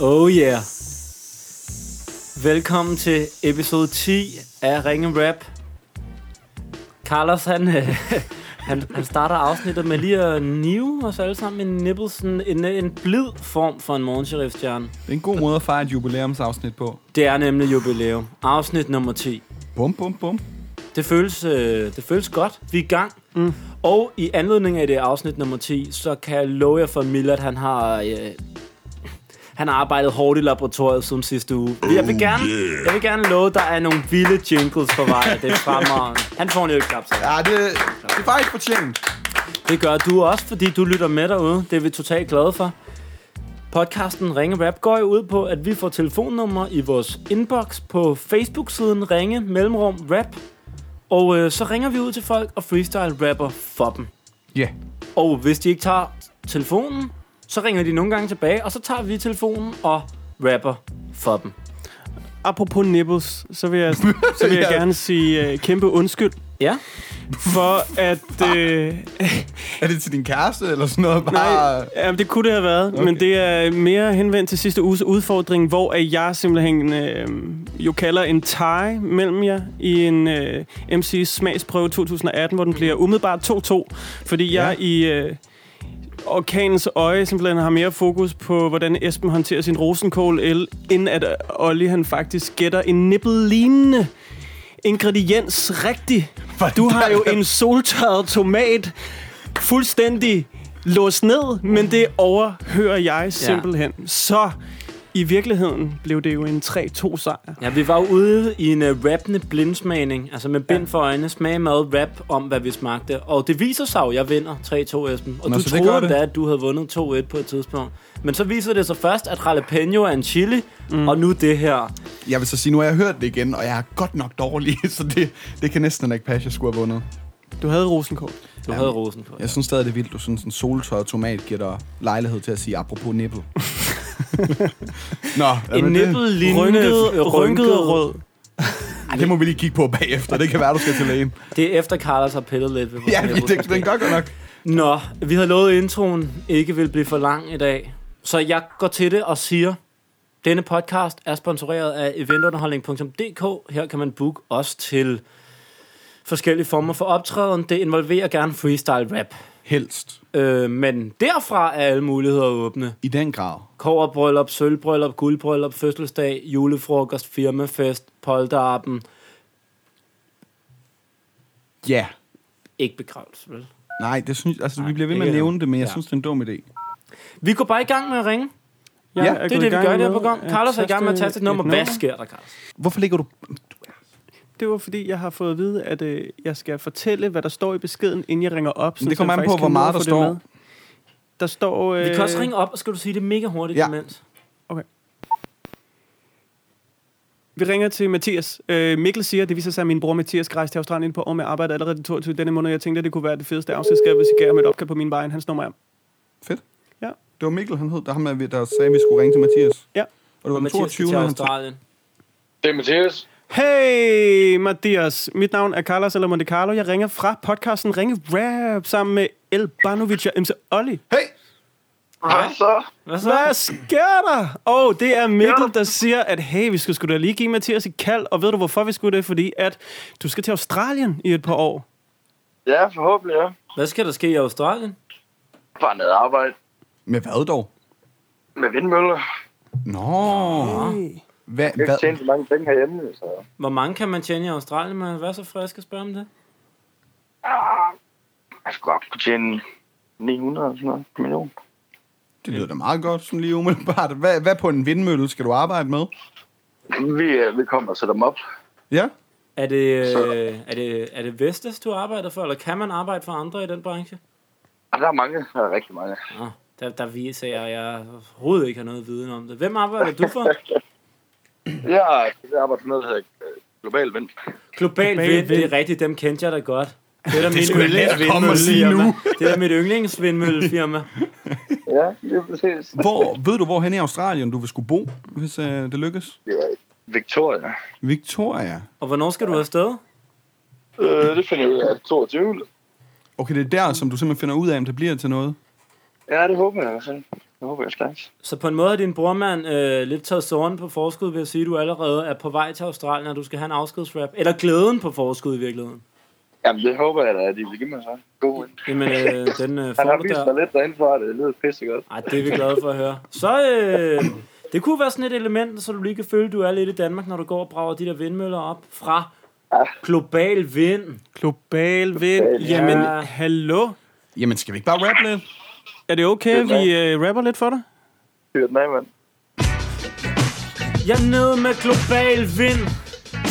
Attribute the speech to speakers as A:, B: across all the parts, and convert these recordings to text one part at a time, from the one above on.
A: Oh yeah. Velkommen til episode 10 af Ringe Rap. Carlos, han, øh, han, han starter afsnittet med lige at nive os alle sammen en nippelsen, en, en blid form for en morgensheriffstjerne.
B: Det er en god måde at fejre et jubilæumsafsnit på.
A: Det er nemlig jubilæum. Afsnit nummer 10.
B: Bum, bum, bum.
A: Det føles, øh, det føles godt. Vi er i gang. Mm. Og i anledning af det afsnit nummer 10, så kan jeg love jer for Millard, han har... Øh, han har arbejdet hårdt i laboratoriet siden sidste uge. Jeg vil gerne, jeg vil gerne love, at der er nogle vilde jingles på vej. Det er fremragende. Han får en ølklaps af.
B: Ja, det, det er faktisk fortjent.
A: Det gør du også, fordi du lytter med derude. Det er vi totalt glade for. Podcasten Ringe Rap går jo ud på, at vi får telefonnummer i vores inbox på Facebook-siden Ringe Mellemrum Rap. Og øh, så ringer vi ud til folk og freestyle-rapper for dem.
B: Ja. Yeah.
A: Og hvis de ikke tager telefonen, så ringer de nogle gange tilbage, og så tager vi telefonen og rapper for dem.
C: Apropos nipples, så vil jeg, så vil jeg
B: Ja.
C: gerne sige uh, kæmpe undskyld
A: Ja,
C: for at... Øh,
B: Er det til din kæreste eller sådan noget? Bare...
C: nej, ja, det kunne det have været, okay. men det er mere henvendt til sidste uges udfordring, hvor at jeg simpelthen øh, jo kalder en tie mellem jer i en øh, MC smagsprøve 2018, hvor den bliver umiddelbart 2-2, fordi jeg
B: Ja.
C: i... Øh, orkanens øje simpelthen har mere fokus på, hvordan Esben håndterer sin rosenkål, el, end at øh, Olli han faktisk gætter en nippel-lignende ingrediens rigtigt. Du har jo en soltørret tomat fuldstændig låst ned, men det overhører jeg simpelthen. Så i virkeligheden blev det jo en 3-2 sejr.
A: ja vi var jo ude i en uh, rappende blindsmagning, altså med bind for øjnene, smag mad, rap om, hvad vi smagte. Og det viser sig jo, at jeg vinder 3-2, Esben. Og
B: Nå,
A: Nå, du
B: så det gør
A: troede
B: det.
A: da, at du havde vundet 2-1 på et tidspunkt. Men så viser det sig først, at jalapeno er en chili, mm. og nu det her.
B: Jeg vil så sige, nu har jeg hørt det igen, og jeg er godt nok dårlig, så det, det kan næsten ikke passe, jeg skulle have vundet.
C: Du havde rosenkål.
A: Du havde rosen på.
B: Jeg synes stadig, det er vildt, du sådan en soltørret tomat giver dig lejlighed til at sige apropos nipple. Nå, hvad
A: En
B: med det?
A: nippel lignende
C: Rynket, rynket og rød.
B: Ej, det må vi lige kigge på bagefter. Det kan være, du skal til lægen.
A: Det er efter, Carlos har pillet lidt ved vores
B: Ja,
A: nipples,
B: det,
A: måske.
B: den gør godt nok.
A: Nå, vi har lovet at introen ikke vil blive for lang i dag. Så jeg går til det og siger, denne podcast er sponsoreret af eventunderholdning.dk. Her kan man booke os til forskellige former for optræden. Det involverer gerne freestyle rap.
B: Helst.
A: Øh, men derfra er alle muligheder åbne.
B: I den grad.
A: Kårebryllup, sølvbryllup, guldbryllup, fødselsdag, julefrokost, firmafest, polterappen.
B: Ja. Yeah.
A: Ikke begravelse, vel?
B: Nej, det synes, altså, vi bliver ved
A: det
B: med at
A: kan-
B: nævne det, men jeg
A: ja.
B: synes, det er en dum idé.
A: Vi går bare i gang med at ringe.
C: Jeg
B: Ja,
C: gået
A: Det er det, vi
C: gang
A: gør i det her
C: med
A: program.
C: at
A: Carlos er i gang med at tage sit
C: taste
A: nummer.
C: et
A: Hvad sker der, Carlos?
B: Hvorfor ligger du...
C: Det var fordi, jeg har fået at vide, at øh, jeg skal fortælle, hvad der står i beskeden, inden jeg ringer op. sådan
B: det
C: så
B: kommer
C: jeg
B: an
C: faktisk
B: på, hvor
C: kan nå
B: meget
C: at
B: der
C: få det
B: står.
C: med. Der står... Øh,
A: Vi kan også ringe op, og skal du sige det mega hurtigt ja.
B: Ja.
A: imens.
C: Vi ringer til Mathias. Øh, Mikkel siger, at det viser sig, at min bror Mathias rejste til Australien på år med arbejde allerede den 22. denne måned. Jeg tænkte, at det kunne være det fedeste afskedsgave, hvis jeg gav ham et opkald på min vej. Hans nummer er...
B: Fedt.
C: Ja.
B: Det var Mikkel, han hed, der, ham, er- der sagde, at vi skulle ringe til Mathias.
C: Ja.
B: Og det var den
A: Mathias
B: 22.
A: til
B: Han
A: Australien.
D: Det er Mathias.
C: Hey, Mathias. Mit navn er Carlos eller Monte Carlo. Jeg ringer fra podcasten Ringe Rap sammen med El Banovic og MC Olli.
B: hey!
D: Hej så.
A: Hvad så?
C: Hvad sker der? Åh, oh, det er Mikkel, der siger, at hey, vi skal sgu da lige give Mathias et kald. Og ved du, hvorfor vi skulle det? Fordi at du skal til Australien i et par år.
D: Ja, forhåbentlig, ja.
A: Hvad skal der ske i Australien?
D: Bare noget arbejde
B: Med hvad dog?
D: med vindmøller.
B: Nå. Hvad,
D: Jeg kan
B: hvad?
D: tjene så mange penge herhjemme, så...
A: Hvor mange kan man tjene i Australien? Man være så frisk at spørge om det.
D: Jeg skulle godt kunne tjene 900 eller sådan noget million.
B: Det lyder da meget godt, sådan lige umiddelbart. Hvad, hvad på en vindmølle skal du arbejde med?
D: Vi, øh, vi kommer og sætter dem op.
B: Ja.
A: Er det, øh, er det, er det Vestas, du arbejder for, eller kan man arbejde for andre i den branche?
D: Og der er mange. Der er rigtig mange.
A: Nå, der, der viser jeg, at jeg overhovedet ikke har noget viden om det. Hvem arbejder du for?
D: Jeg, jeg arbejder for noget, der hedder øh, Global Vind.
A: Global
C: Global
A: Vind, det er
C: Vind.
A: rigtigt, dem kendte jeg da godt. Det er da mit
B: skulle jeg lige at komme og
A: yndlingsvindmøllefirma.
B: sige nu.
A: Det er da mit yndlingsvindmøllefirma.
D: Ja, det er præcis.
B: Hvor, ved du, hvor hen i Australien du vil skulle bo, hvis øh, det lykkes?
D: Det er Victoria.
B: Victoria.
A: Og hvornår skal du afsted?
D: Øh, det finder vi af 22.
B: Okay, det er der, som du simpelthen finder ud af, om det bliver til noget.
D: Ja, det håber jeg. i hvert fald. Det håber jeg slags.
A: Så på en måde har din brormand øh, lidt taget såren på forskud ved at sige, at du allerede er på vej til Australien, og du skal have en afskedsrap. Eller glæden på forskud i virkeligheden.
D: Jamen, det håber jeg da, at de vil give mig så. God vind.
A: Jamen, øh, den øh,
D: Han
A: får
D: har
A: du
D: vist mig
A: der.
D: lidt derinde for, at det lyder pissegodt.
A: Ej, det er vi glade for at høre. Så øh, det kunne være sådan et element, så du lige kan føle, at du er lidt i Danmark, når du går og brager de der vindmøller op fra global vind.
C: Global vind. Jamen,
A: Ja.
C: hallo.
B: Jamen, skal vi ikke bare rappe lidt?
C: Er det okay,
D: Det er
C: vi uh, rapper lidt for dig?
D: Fyr den af, mand.
A: Jeg er nede med global vind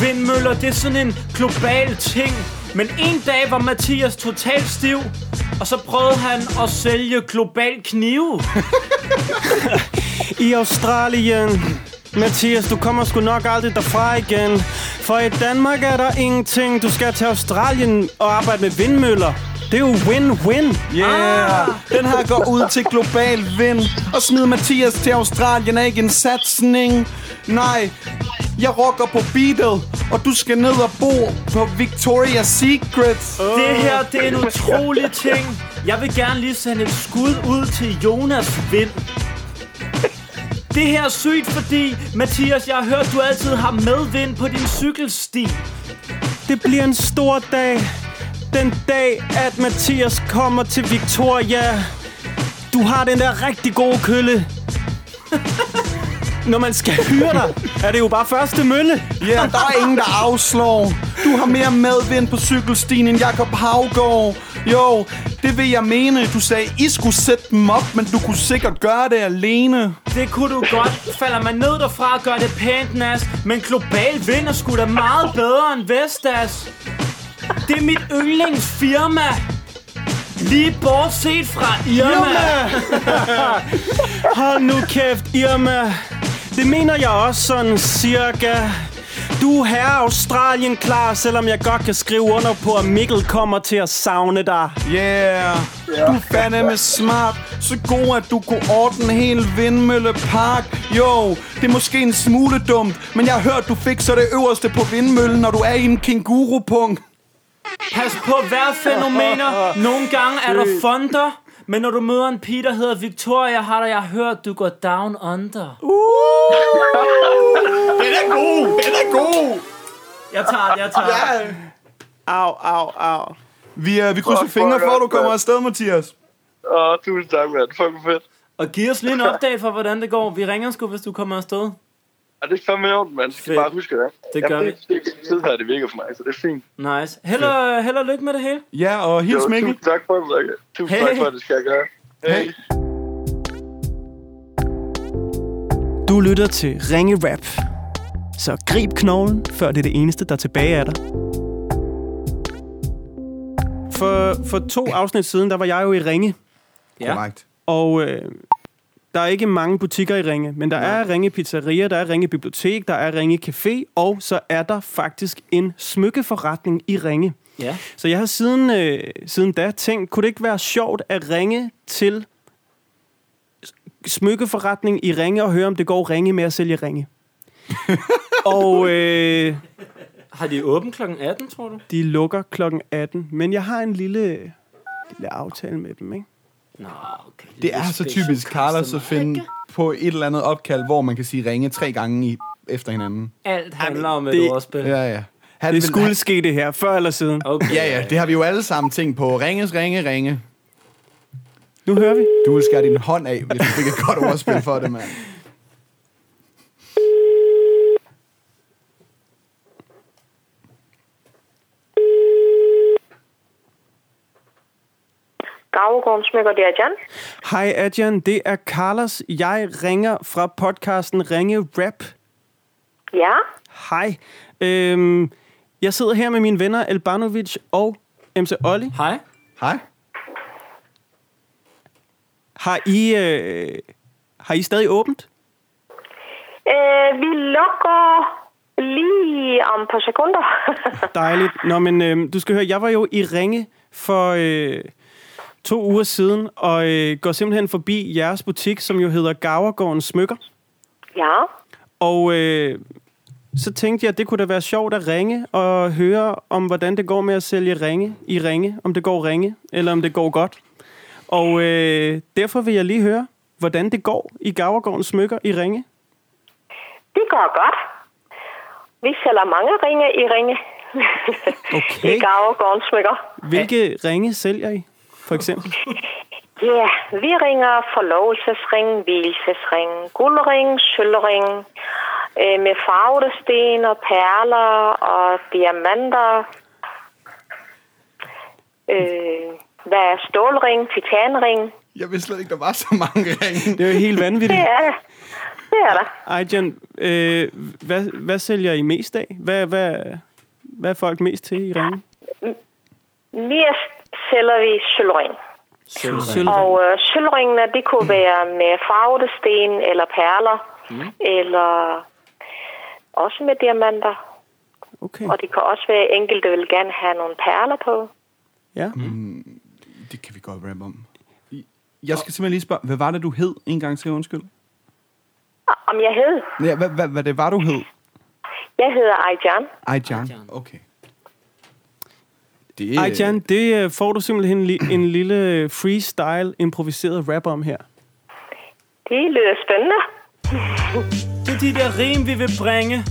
A: Vindmøller, det er sådan en global ting Men en dag var Mathias totalt stiv Og så prøvede han at sælge global knive
C: I Australien Mathias, du kommer sgu nok aldrig derfra igen For i Danmark er der ingenting Du skal til Australien og arbejde med vindmøller Det er jo win-win
B: Yeah! Den her går ud til global vind. Og smid Mathias til Australien er ikke en satsning. Nej, jeg rocker på beatet, og du skal ned og bo på Victoria's Secret.
A: Det her, det er en utrolig ting Jeg vil gerne lige sende et skud ud til Jonas Vind det her er sygt, fordi Mathias, jeg har hørt, du altid har medvind på din cykelsti.
C: Det bliver en stor dag Den dag, at Mathias kommer til Victoria Du har den der rigtig gode kølle Når man skal hyre dig, er det jo bare første mølle
B: Ja, yeah, der er ingen, der afslår. Du har mere medvind på cykelstien end Jakob Havgård. Jo, det vil jeg mene. Du sagde, I skulle sætte dem op, men du kunne sikkert gøre det alene.
A: Det kunne du godt. Falder man ned derfra og gør det pænt, Nas. Men global vinder sgu da meget bedre end Vestas. Det er mit yndlingsfirma. Lige bortset fra Irma.
C: Hold nu kæft, Irma. Det mener jeg også sådan cirka. Du er herre Australien klar, selvom jeg godt kan skrive under på, at Mikkel kommer til at savne dig.
B: Yeah, du er fandeme smart. Så god, at du kunne ordne hele Vindmøllepark. Jo, det er måske en smule dumt, men jeg har hørt, du fikser det øverste på vindmøllen, når du er i en kængurupung.
A: Pas på vejrfænomener. Nogle gange er der fonder. Men når du møder en pige, der hedder Victoria, har der jeg hørt, du går down under. Uh.
B: Den er god, den er god.
A: Jeg tager det, jeg tager det.
C: Au, au, au.
B: Vi, uh, vi krydser
D: Fuck,
B: fingre
D: fuck,
B: for, at du
D: fuck,
B: kommer
D: mand.
B: afsted, Mathias.
D: Åh, tusind tak, mand. Fuck, hvor fedt.
A: Og giv os lige en update for, hvordan det går. Vi ringer sgu, hvis du kommer afsted.
D: Og det er fandme i orden, mand. Jeg skal
A: Fedt.
D: bare huske det.
A: Det gør
D: Jamen, det, det, det, det her, det virker for mig, så det er fint.
A: Nice. Held og, held og lykke med det hele.
B: Ja, og hils
D: Jo,
B: Mikkel.
D: Tusind tak for det, Rikke. Tusind
A: Hey.
D: tak for det, skal jeg gøre.
B: Hey.
C: Du lytter til Ringe Rap. Så grib knoglen, før det er det eneste, der er tilbage af dig. For, for to afsnit siden, der var jeg jo i Ringe,
B: Korrekt.
C: og øh, der er ikke mange butikker i Ringe, men der er Ringe Pizzeria, der er Ringe Bibliotek, der er Ringe Café, og så er der faktisk en smykkeforretning i Ringe.
A: Ja.
C: Så jeg har siden, øh, siden da tænkt, kunne det ikke være sjovt at ringe til s- smykkeforretning i Ringe og høre, om det går Ringe med at sælge Ringe? og øh,
A: Har de åbent kl. 18, tror du?
C: de lukker klokken 18, men jeg har en lille, lille aftale med dem, ikke?
A: Nå,
B: Ah,
A: okay.
B: Det er så typisk Carlos at finde på et eller andet opkald, hvor man kan sige ringe tre gange i, efter hinanden.
A: Alt handler om et
C: det-
A: ordspil.
B: Ja, ja. Han
C: Det
B: vil-
C: skulle ske det her, før eller siden.
A: Okay.
B: Ja, ja, det har vi jo alle sammen tænkt på. Ringes, ringe, ringe.
C: Nu hører vi.
B: Du vil skære din hånd af, hvis du fik et godt ordspil for det, mand.
E: Gravegården smykker, det er Jan.
C: Hej Adjan, det er Carlos. Jeg ringer fra podcasten Ringe Rap.
E: Ja,
C: Hej. Øhm, jeg sidder her med mine venner Elbanovic og MC Olli.
A: Hej.
B: Hej.
C: Har I, øh, har I stadig åbent?
E: øh, vi lukker lige om et par sekunder.
C: Dejligt. Nå, men øh, du skal høre, jeg var jo i Ringe for øh, to uger siden, og øh, går simpelthen forbi jeres butik, som jo hedder Gavergården Smykker.
E: ja,
C: Og øh, så tænkte jeg, at det kunne da være sjovt at ringe og høre om, hvordan det går med at sælge ringe i ringe. Om det går ringe, eller om det går godt. Og øh, derfor vil jeg lige høre, hvordan det går i Gavergårdens smykker i Ringe?
E: Det går godt. Vi sælger mange ringe i ringe.
C: Okay.
E: I Gavegårdens smykker.
C: Hvilke ringe sælger I, for eksempel?
E: Ja, vi ringer forlovelsesring, hvilesesring, guldring, sølvring, øh, med farvede sten og perler og diamanter. Øh, hvad er stålring, titanring?
B: Jeg vidste slet ikke, der var så mange ringe.
C: Det er jo helt vanvittigt.
E: Det er der. Det er der.
C: Ejjan, øh, hvad, hvad sælger I mest af? Hvad, hvad, hvad er folk mest til i Ringe?
E: Mest sælger vi sølvring.
A: Sølvring.
E: Og øh, sølvringene, det kunne være med farvede sten eller perler, mm. eller også med diamanter.
C: Okay,
E: Og det kan også være, at enkelte vil gerne have nogle perler på.
C: ja.
B: Det kan vi godt rappe om. Jeg skal simpelthen lige spørge, hvad var det, du hed en gang til, undskyld?
E: Om jeg hed?
B: Ja, hvad, hvad, hvad det var, du hed?
E: Jeg hedder Ayjan.
B: Ajan. Okay. Det,
C: Ejjan, det øh, får du simpelthen li- en lille freestyle improviseret rap om her.
E: Det lyder spændende.
A: Det er de der rim, vi vil bringe.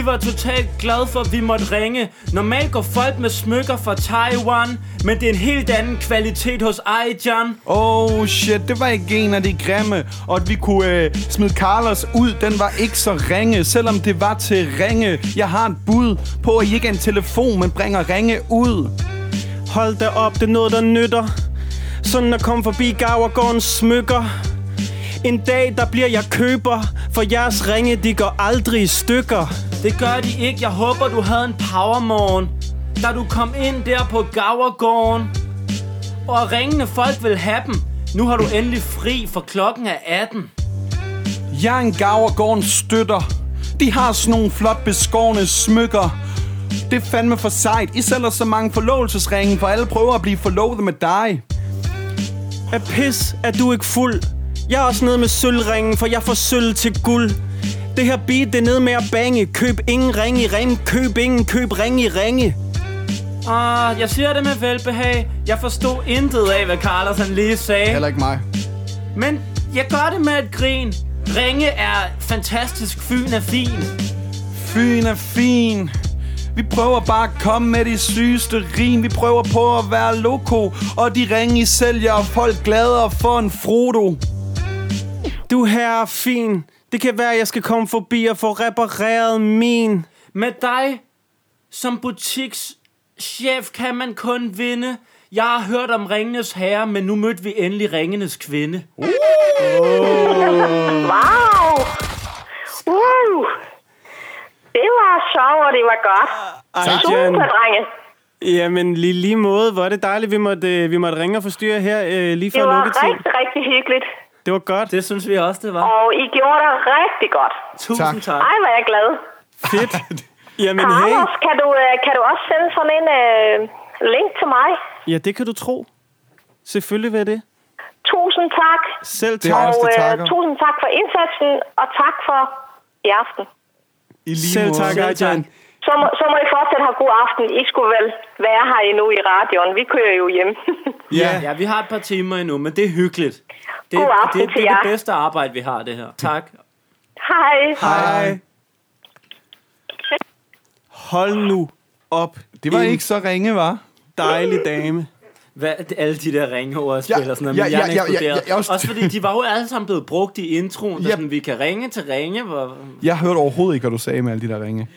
A: Vi var totalt glade for, at vi måtte ringe. Normalt går folk med smykker fra Taiwan, men det er en helt anden kvalitet hos Aijan.
B: Oh shit, det var ikke en af de grimme. Og at vi kunne øh, smide Carlos ud, den var ikke så ringe. Selvom det var til ringe. Jeg har et bud på, at I ikke er en telefon, men bringer ringe ud.
C: Hold da op, det er noget, der nytter. Sådan at komme forbi Gavergårdens smykker. En dag, der bliver jeg køber, for jeres ringe, de går aldrig i stykker.
A: Det gør de ikke. Jeg håber, du havde en powermorgen, da du kom ind der på Gavergården. Og ringende folk vil have dem. Nu har du endelig fri, for klokken er 18.
B: Jeg er en gavergårdens støtter. De har sådan nogle flot beskårne smykker. Det er fandme for sejt. I sælger så mange forlovelsesringe, for alle prøver at blive forlovet med dig.
C: At pis, at du ikke fuld. Jeg er også nede med sølvringen, for jeg får sølv til guld. Det her beat, det er nede med at bange. Køb ingen ring i ring, køb ingen, køb ring i ringe.
A: Ah, jeg siger det med velbehag. Jeg forstod intet af, hvad Carlos han lige sagde.
B: ikke mig.
A: Men jeg gør det med et grin. Ringe er fantastisk, Fyn er fin.
B: Fyn er fin. Vi prøver bare at komme med de sygeste rim. Vi prøver på at være loko. Og de ringe I sælger og folk gladere for en Frodo.
C: Du her er fin. Det kan være, jeg skal komme forbi og få repareret min.
A: Med dig som butikschef kan man kun vinde. Jeg har hørt om Ringenes Herre, men nu mødte vi endelig Ringenes Kvinde.
E: Wow! Uh! Det var sjovt, og det var godt. Super,
C: Ejjan,
E: drenge.
C: jamen lige, lige måde, hvor er det dejligt, vi måtte, øh, vi måtte ringe og forstyrre her øh, lige
E: Det
C: før
E: var
C: lukketid.
E: rigtig, rigtig hyggeligt.
C: Det var godt.
A: Det synes vi også, det var.
E: Og I gjorde det rigtig godt.
A: Tusind tak. tak.
E: Ej, var jeg glad.
C: Fedt. Jamen hey.
E: Anders, kan du, øh, kan du også sende sådan en øh, link til mig?
C: Ja, det kan du tro. Selvfølgelig vil det.
E: Tusind tak.
C: Selv
B: Det er
C: tak.
B: også-
E: Og øh,
B: der takker.
E: tusind tak for indsatsen, og tak for i aften.
B: I lige
C: Selv
B: måde.
C: tak,
A: Selv tak.
C: Ejjan.
E: Så må, så må I fortsat have god aften. I skulle vel være her endnu i radioen. Vi kører jo hjem.
A: Ja. ja, vi har et par timer endnu, men det er hyggeligt. Det,
E: God aften
A: det, det,
E: til
A: det er det
E: jer.
A: bedste arbejde, vi har, det her. Tak.
E: Hej.
C: Hej. Hold nu op.
B: Det var
C: en
B: ikke så ringe, var?
C: dejlig dame.
A: Hvad, det- alle de der ringeord og spil
B: Ja,
A: og sådan noget, men
B: ja,
A: hjernen
B: ja, ja, ja,
A: eksploderede.
B: ja, jeg er også-
A: Også fordi de var jo alle sammen blevet brugt i introen, der
B: Ja.
A: sådan, vi kan ringe til ringe. Hvor...
B: Jeg hørte overhovedet ikke, hvad du sagde med alle de der ringe.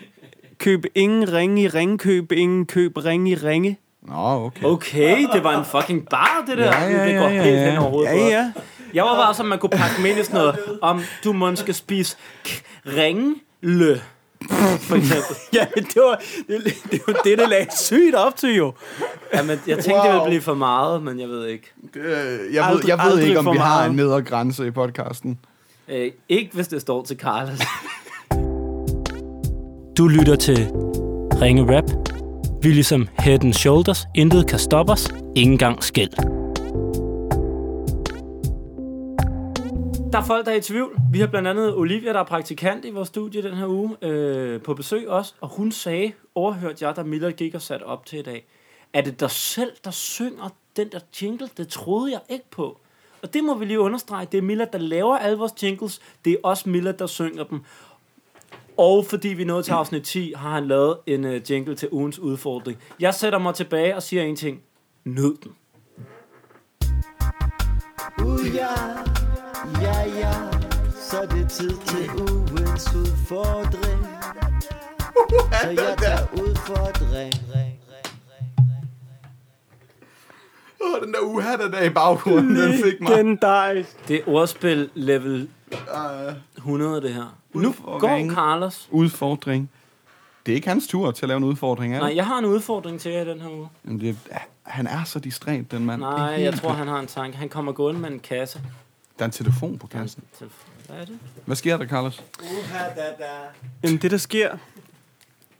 C: Køb ingen ringe i ring, køb ingen, køb ring i ringe.
B: Nå, okay.
A: Okay, det var en fucking bar, det der.
B: Ja, ja,
A: det går
B: ja, ja,
A: helt
B: ja.
A: hen overhovedet.
C: Ja,
A: på os.
C: ja.
A: Jeg var bare sådan, man kunne pakke dem ind i sådan noget, om du måske skal spise k- ringle. For eksempel.
C: Ja, det var det, det, var det, det lagde sygt op til jo.
A: Jamen, jeg tænkte, det
B: Wow.
A: ville blive for meget, men jeg ved ikke.
B: Øh, jeg ved,
C: Aldrig-
B: jeg ved
C: aldrig
B: ikke, om
C: for
B: vi har
C: meget.
B: en nedre grænse i podcasten.
A: Øh, ikke hvis det står til Carlos. du lytter til Ringe Rap. Vi er ligesom Head and Shoulders. Intet kan stoppe os. Ingen gang skæld. Der er folk, der er i tvivl. Vi har blandt andet Olivia, der er praktikant i vores studie den her uge, øh, på besøg også. Og hun sagde, overhørte jeg, da Miller gik og satte op til i dag, er det dig selv, der synger den der jingle? Det troede jeg ikke på. Og Og det må vi lige understrege. Det er Miller, der laver alle vores jingles. Det er også Miller, der synger dem. Og fordi vi nåede til afsnit 10, har han lavet en øh, jingle til ugens udfordring. Jeg sætter mig tilbage og siger en ting. Nyd den.
F: Uja, ja, ja, så er det tid til ugens udfordring. Så jeg tager udfordring.
B: Åh, den der uha, der er i baggrunden, den fik mig.
C: Legendarisk.
A: Det er ordspil level
B: Uh,
A: 100, det her. Nu går
B: Udfordring.
A: Carlos.
B: udfordring. Det er ikke hans tur til at lave en udfordring, er det?
A: Nej, jeg har en udfordring til jer i den her uge.
B: Jamen, det er, han er så distræt, den mand. Det er
A: Nej,
B: helt
A: jeg tror,
B: vildt.
A: han har en tanke. Han kommer gående med en kasse.
B: Der er en telefon på kassen.
A: Hvad er det?
B: Hvad sker der, Carlos?
F: Uha, da, da.
C: Jamen, det der sker,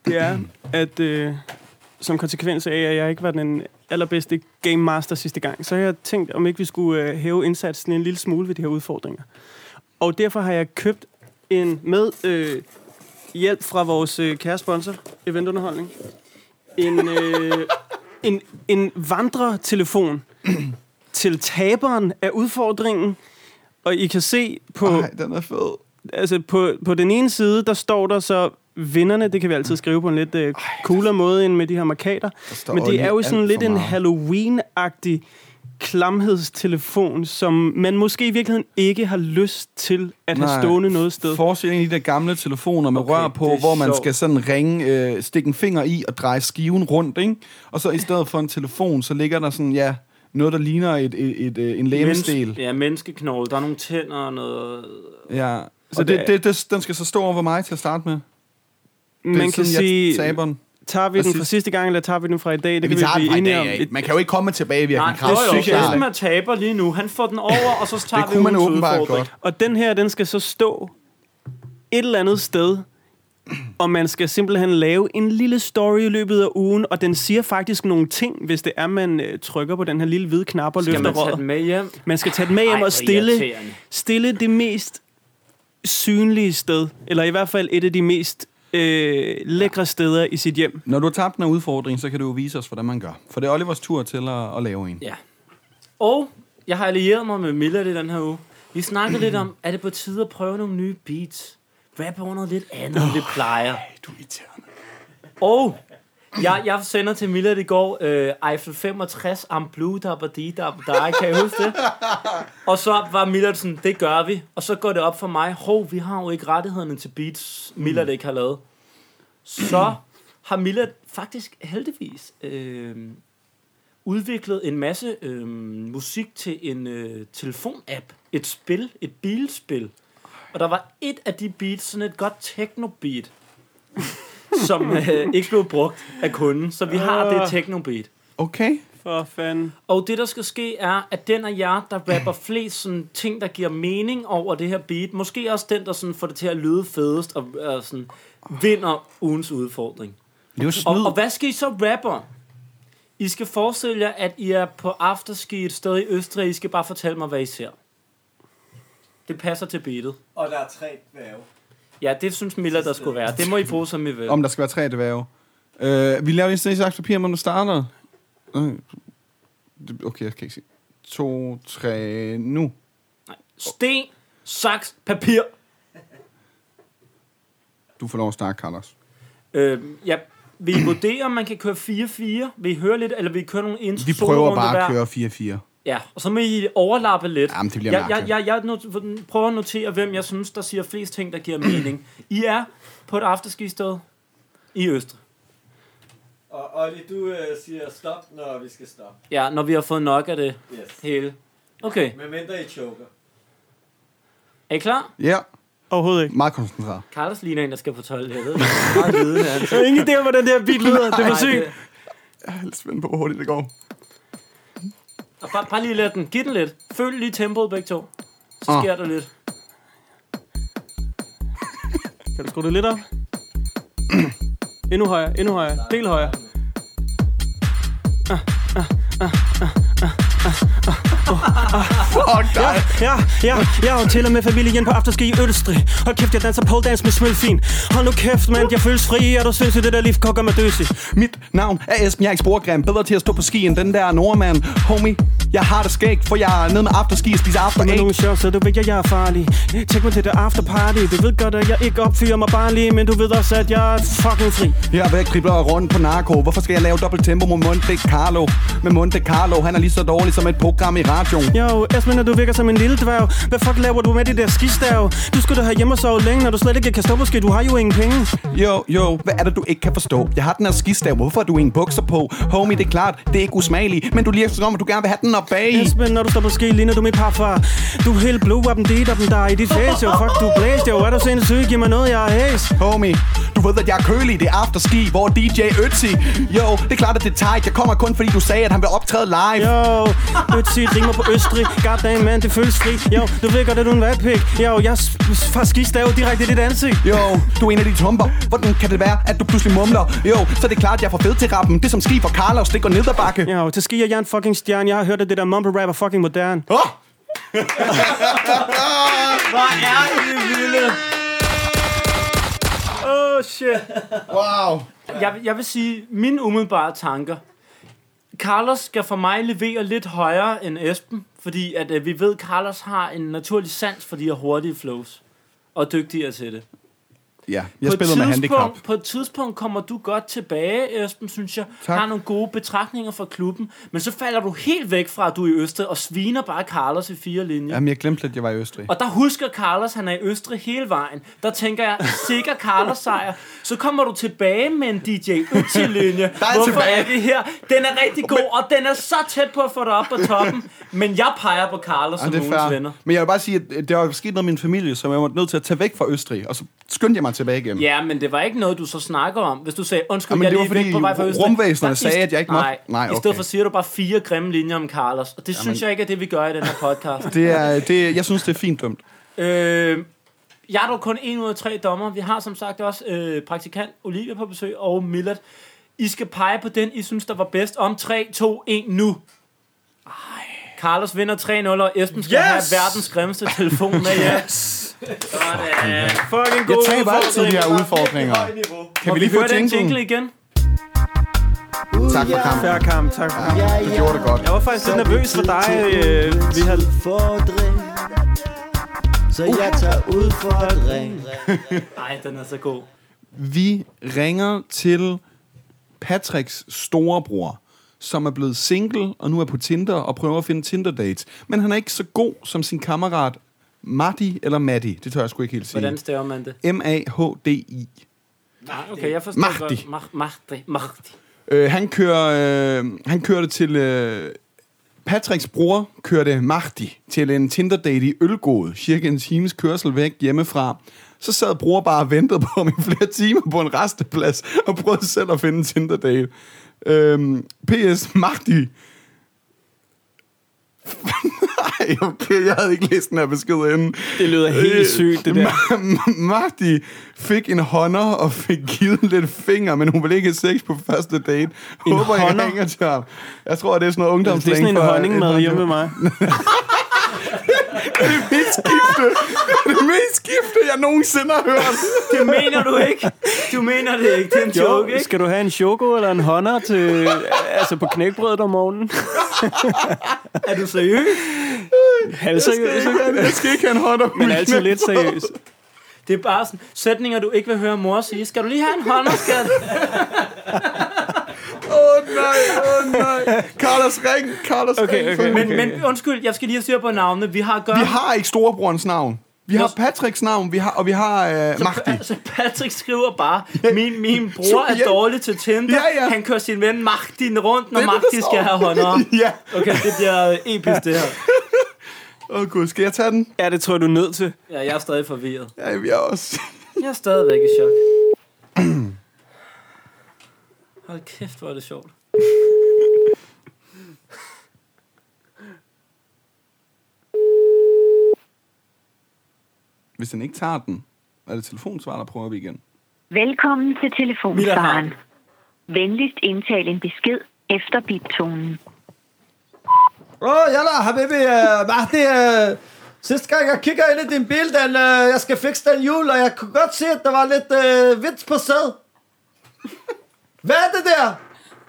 C: det er, at øh, som konsekvens af, at jeg ikke var den allerbedste Game Master sidste gang, så har jeg tænkt, om ikke vi skulle øh, hæve indsatsen en lille smule ved de her udfordringer. Og derfor har jeg købt en med øh, hjælp fra vores øh, kære sponsor, Eventunderholdning, en, øh, en, en vandretelefon til taberen af udfordringen. Og I kan se på...
B: Nej, den er fed.
C: altså på, på den ene side, der står der så vinderne, det kan vi altid skrive på en lidt øh, coolere måde end med de her markader.
B: står
C: Men det
B: lige
C: er jo
B: alt
C: sådan
B: for
C: lidt en
B: meget.
C: Halloween-agtig klamhedstelefon, som man måske i virkeligheden ikke har lyst til at have
B: Nej.
C: stående noget sted.
B: Forestil dig en af de der gamle telefoner med okay, rør på,
A: det er
B: hvor man
A: sjovt.
B: skal sådan ringe, øh, stikke en finger i og dreje skiven rundt, ikke? Og så i stedet for en telefon, så ligger der sådan, ja, noget, der ligner et, et, et, øh, en
A: Menneske-
B: lægemestel.
A: Ja, menneskeknogle. Der er nogle tænder og noget...
B: Ja. Så
C: Så
B: og
C: det
B: det,
C: er-
B: det, det, den skal så stå over mig til at starte med. Det er
C: Man kan
B: sådan, jeg
C: sige,
B: taber den.
C: tager vi den
B: Præcis.
C: fra sidste gang, eller tager vi den fra i dag? Det
B: Ja,
C: kan vi, blive enige om.
B: Man kan jo ikke komme med tilbagevirkende
A: Nej, det synes jeg ikke, man taber lige nu. Han får den over, og så tager
B: Det kunne
A: vi
B: man
A: ugens
B: åbenbart
A: udfordring.
B: godt.
C: Og den her, den skal så stå et eller andet sted, og man skal simpelthen lave en lille story i løbet af ugen, og den siger faktisk nogle ting, hvis det er, man øh, trykker på den her lille hvide knap og
A: Skal
C: løfter
A: man tage
C: røret.
A: den med hjem?
C: Man skal tage den med hjem
A: Ej, hvor
C: og stille,
A: irriterende.
C: stille det mest synlige sted, eller i hvert fald et af de mest øh, lækre steder i sit hjem.
B: Når du har tabt den af udfordringen, så kan du jo vise os, hvordan man gør. For det er Olivers tur til at, at lave en.
A: Ja. Og jeg har allieret mig med Millard i den her uge. Vi snakkede lidt om, er det på tide at prøve nogle nye beats? Rap over noget lidt andet, end det plejer.
B: Du er irriterende.
A: Og jeg, jeg sender til Millard i går øh, Eiffel 65 Am Blue Dabba Dee Dabba Die, kan I huske det? Og så var Millard sådan, det gør vi. Og så går det op for mig, hov, vi har jo ikke rettighederne til beats,
B: Mm.
A: Millard ikke har lavet. Så har Millard faktisk heldigvis øh, udviklet en masse øh, musik til en øh, telefonapp, et spil, et bilspil. Og der var et af de beats, sådan et godt techno-beat, som øh, ikke blev brugt af kunden. Så vi har det techno-beat.
B: Okay.
C: For fanden.
A: Og det, der skal ske, er, at den af jer, der rapper flest sådan, ting, der giver mening over det her beat, måske også den, der sådan, får det til at lyde fedest og, og sådan, vinder ugens udfordring.
B: Det er jo
A: Og, og
B: snyd.
A: hvad skal I så rappe om? I skal forestille jer, at I er på afterski et sted i Østrig. I skal bare fortælle mig, hvad I ser. Det passer til beatet.
F: Og der er tre dværge.
A: Ja, det synes Miller, der skulle være. Det må I bruge, som I vil.
B: Om der skal være tre dværge. Øh, vi laver lige sådan en slags papir, når du starter. Øh, det- Okay, jeg kan ikke se. To, tre, nu.
A: Sten, saks, papir.
B: Du får lov at starte, Carlos.
A: Øh, ja, vil I vurdere, om man kan køre 4-4? Vil I høre lidt, eller vil I køre nogle intro
B: Vi prøver
A: solorunder
B: bare
A: hver?
B: at køre 4-4.
A: Ja, og så må I overlappe lidt.
B: Jamen, det bliver
A: jeg, jeg, jeg,
B: mærkeligt.
A: jeg not- prøver at notere, hvem jeg synes, der siger flest ting, der giver mening. I er på et afterski-sted i Østrig.
F: Og Olli, du øh, siger stop, når vi skal stoppe.
A: Ja, når vi har fået nok af det
F: Yes.
A: hele. Okay,
F: Med mindre I choker.
A: er I klar?
B: Ja,
C: Overhovedet ikke.
B: meget koncentreret.
A: Carlos ligner en, der skal på toilettet. Meget vidende, altså.
C: Jeg har ingen idé om, hvordan det her beat lyder. Det var
A: Nej,
C: sygt.
A: det-
B: Jeg er lidt spændt på, hvor hurtigt det går.
A: og Bare, bare lige lad den. Giv den lidt. Følg lige tempoet begge to. Så
B: Ah.
A: sker der lidt.
C: Kan du skrue det lidt op? endnu højere, endnu højere. Del højere.
B: Fuck dig!
C: Ja, ja, jeg er jo til og med familien på afterski i Ølstrig. Hold kæft, jeg danser pole dance med smølfin. Hold nu kæft, mand, jeg føles fri, og du synes, det der liv kokker mig døsig.
B: Mit navn er Esben, jeg er ikke sporgrim. Bedre til at stå på ski end den der nordmand. Homie, Jeg har det skægt, for jeg er nede med afterski og spiser after
C: Med
B: eight.
C: nogle shots, så du ved, at jeg er farlig Tjek mig til det afterparty Du ved godt, at jeg ikke opfyrer mig bare lige Men du ved også, at jeg er fucking fri
B: Her væk kribler jeg rundt på narko Hvorfor skal jeg lave dobbelt tempo mod Monte Carlo? Men Monte Carlo, han er lige så dårlig som et program i radioen
C: Jo, Esmen, og du virker som en lille dværg Hvad fuck laver du med det der skistav? Du skulle da have hjemme og sove længe, når du slet ikke kan stå på ski Du har jo ingen penge
B: Jo, jo, hvad er det, du ikke kan forstå? Jeg har den her skistav, hvorfor har du ingen bukser på? Homie, det er klart, det er ikke usmageligt Men du lige som om, at du gerne vil have den op bag
C: Esben, når du står på ski, ligner du min parfar Du er helt blå op en dit op der er i dit face Jo, fuck, du blæst jo Er du sindssyg? Giv mig noget, jeg er hæs
B: Homie, du ved, at jeg er kølig, det er afterski, hvor DJ Ötzi Jo, det er klart, at det er tight, jeg kommer kun, fordi du sagde, at han vil optræde live
C: Jo, Ötzi rimer på Østrig Goddamn, man, det føles fri Jo, du ved godt, at du er en vatpik Jo, jeg s- s- får skistav direkte i dit ansigt
B: Jo, du er en af de tumper. Hvordan kan det være, at du pludselig mumler? Jo, så er det klart, at jeg er for fed til rappen. Det som ski for Carlos, det går ned ad bakke. Åh,
C: Jo, til ski er jeg en fucking stjerne Jeg har hørt, at det der mumble rap er fucking moderne
B: oh,
A: Hvor er I vilde! Oh shit.
G: Wow.
A: Jeg, jeg vil sige, mine umiddelbare tanker. Carlos skal for mig levere lidt højere end Esben, fordi at, øh, vi ved, at Carlos har en naturlig sans for de her hurtige flows. Og dygtigere til det.
B: ja, jeg
A: På et
B: spillede med
A: tidspunkt-
B: handicap.
A: På et tidspunkt kommer du godt tilbage, Esben, synes jeg.
B: Tak.
A: Har nogle gode betragtninger fra klubben. Men så falder du helt væk fra, at du er i Østrig, og sviner bare Carlos i fire linjer.
B: Jamen, jeg glemte, at jeg var i Østrig.
A: Og der husker Carlos, han er i Østrig hele vejen. Der tænker jeg, sikker Carlos sejr. Så kommer du tilbage med en DJ Uti-linje. Hvorfor
B: tilbage.
A: er det her? Den er rigtig god, og den er så tæt på at få dig op på toppen. Men jeg peger på Carlos som
B: Jamen, det
A: ugens
B: er fair.
A: venner.
B: Men jeg vil bare sige, at øh, der var sket noget med min familie, som jeg var nødt til at tage væk fra Østrig. Og så skyndte jeg mig tilbage igen.
A: Ja, men det var ikke noget, du så snakker om. Hvis du sagde, undskyld,
B: Jamen,
A: jeg
B: det
A: er
B: var
A: lige væk
B: fordi
A: på vej fra Østrig.
B: rumvæsenerne
A: Nej, i
B: sagde,
A: st-
B: at jeg ikke måtte.
A: Nej,
B: Nej,
A: i stedet
B: okay.
A: for siger du bare fire grimme linjer om Carlos. Og det Jamen. synes jeg ikke er det, vi gør i den her podcast.
B: Det er, det, jeg synes, det er fint dømt.
A: Øh, jeg er dog kun en ud af tre dommer. Vi har som sagt også øh, praktikant Olivia på besøg og Millard. I skal pege på den, I synes, der var bedst om 3, 2, 1 nu. Ej. Carlos vinder 3-0, og Esben skal yes! have verdens grimmeste telefon med jer. Yes! Sådan. Fucking
G: Jeg
A: god
G: taber altid de her udfordringer.
F: Højt niveau.
G: Kan vi lige få
A: Hør den
G: jinglen?
A: jingle igen.
B: Tak for kampen.
C: Færre kamp, tak
G: Du gjorde det godt.
C: Jeg var faktisk lidt nervøs for dig øh, Vi har
H: udfordring Så jeg tager udfordring
A: Nej, den er så god.
B: Vi ringer til Patricks storebror, som er blevet single og nu er på Tinder og prøver at finde Tinder-dates. Men han er ikke så god som sin kammerat Matti eller Matti. Det tør jeg sgu ikke helt sige.
A: Hvordan staver man det?
B: M-A-H-D-I.
A: Nej, Ah, okay, jeg forstår
B: Magdi.
A: godt. Mag- Magdi. Magdi.
B: Øh, han, kører, øh, han kørte til... Øh, Patricks bror kørte Mahdi til en Tinder-date i Ølgod, cirka en times kørsel væk hjemmefra. Så sad bror bare og ventede på ham i flere timer på en resteplads og prøvede selv at finde en Tinder-date. Øhm, P.S. Mahdi. Nej, okay, jeg havde ikke læst den her besked inden. Øh,
C: Det lyder helt sygt, det der.
B: Magdi fik en hånder og fik givet lidt finger, men hun vil ikke have sex på første date. En Håber,
C: hånder?
B: jeg ringer til ham. Jeg tror, det er sådan noget
C: Det er
B: ungdomslæng.
C: sådan en honning med hjemme med mig
B: Det mest skifte, det mest skifte, jeg nogensinde har hørt.
A: Det mener du ikke. Du mener det ikke. Det er en joke,
C: Jo,
A: ikke?
C: skal du have en choco eller en honner til, altså på knækbrødet om morgenen?
A: Er du seriøs?
C: Halvseriøst, ikke?
B: Jeg skal ikke have en hånd op
C: Men altid lidt seriøst.
A: Det er bare sådan sætninger, du ikke vil høre mor sige. Skal du lige have en hånderskat?
B: Åh oh, nej, åh oh, nej. Carlos, ring. Carlos,
C: Okay,
B: ring.
C: okay.
A: Men, men undskyld, jeg skal lige have styr på navnene. Vi har at gøre...
B: Vi har ikke storebrorens navn. Vi har Patricks navn, vi har, og vi har øh, Magdi.
A: Altså, Patrick skriver bare, min, min bror er
B: Ja.
A: dårlig til Tinder.
B: Ja, ja.
A: Han kører sin ven Magtin rundt, når
B: Det er det, der
A: Magti skal
B: står.
A: have hånder.
B: Ja.
A: Okay, det bliver øh, episk, det her.
B: Åh oh, gud, skal jeg tage den?
C: Ja, det tror jeg, du er nødt til.
A: Ja, jeg er stadig forvirret.
B: Ja, jeg er også.
A: Jeg er stadigvæk i chok. Hold kæft, hvor er det sjovt.
B: Hvis den ikke tager den, er det telefonsvar, der prøver vi igen.
I: Velkommen til telefonsvaren.
A: Miller
I: Venligst indtal en besked efter biptonen.
F: Åh, jalla, habibi. øh, Mahdi, øh, sidste gang jeg kigger ind i din bil, den, øh, jeg skal fikse den hjul, og jeg kunne godt se, at der var lidt øh, vits på sæd. Hvad er det der?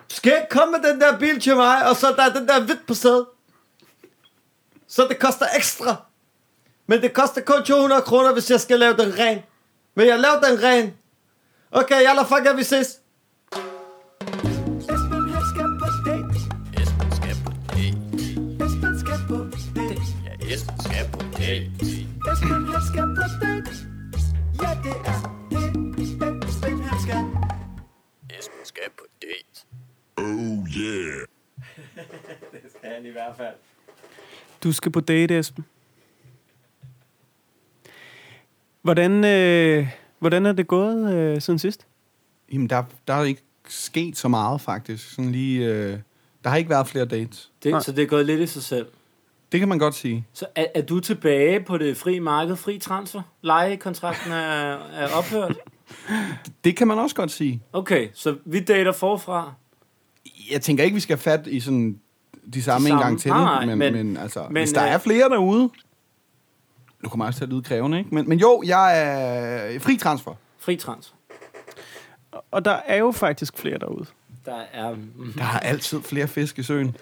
F: Du skal ikke komme med den der bil til mig, og så der er den der hvidt på sæd. så det koster ekstra. Men det koster kun 200 kroner, hvis jeg skal lave den ren. Men jeg laver den ren. Okay, jalla fucker, vi ses.
C: Du skal på date, Esben. Hvordan, øh, hvordan er det gået øh, siden sidst?
B: Jamen, der, der er ikke sket så meget, faktisk. Sådan lige, øh, der har ikke været flere dates.
A: Det, så det er gået lidt i sig selv.
B: Det kan man godt sige.
A: Så er, er du tilbage på det frie marked, fri transfer? Lejekontrakten er, er ophørt?
B: Det kan man også godt sige.
A: Okay, så vi dater forfra.
B: Jeg tænker ikke, vi skal have fat i sådan de samme, en
A: samme.
B: gang til.
A: Nej, nej,
B: men,
A: men-
B: men, men, altså,
A: men,
B: men, hvis der
A: øh,
B: er flere derude... Nu kommer jeg også til at lyde krævende, ikke? Men, men jo, jeg er fri transfer.
A: Fri transfer.
C: Og der er jo faktisk flere derude.
A: Der er... mm,
B: Der er altid flere fisk i søen.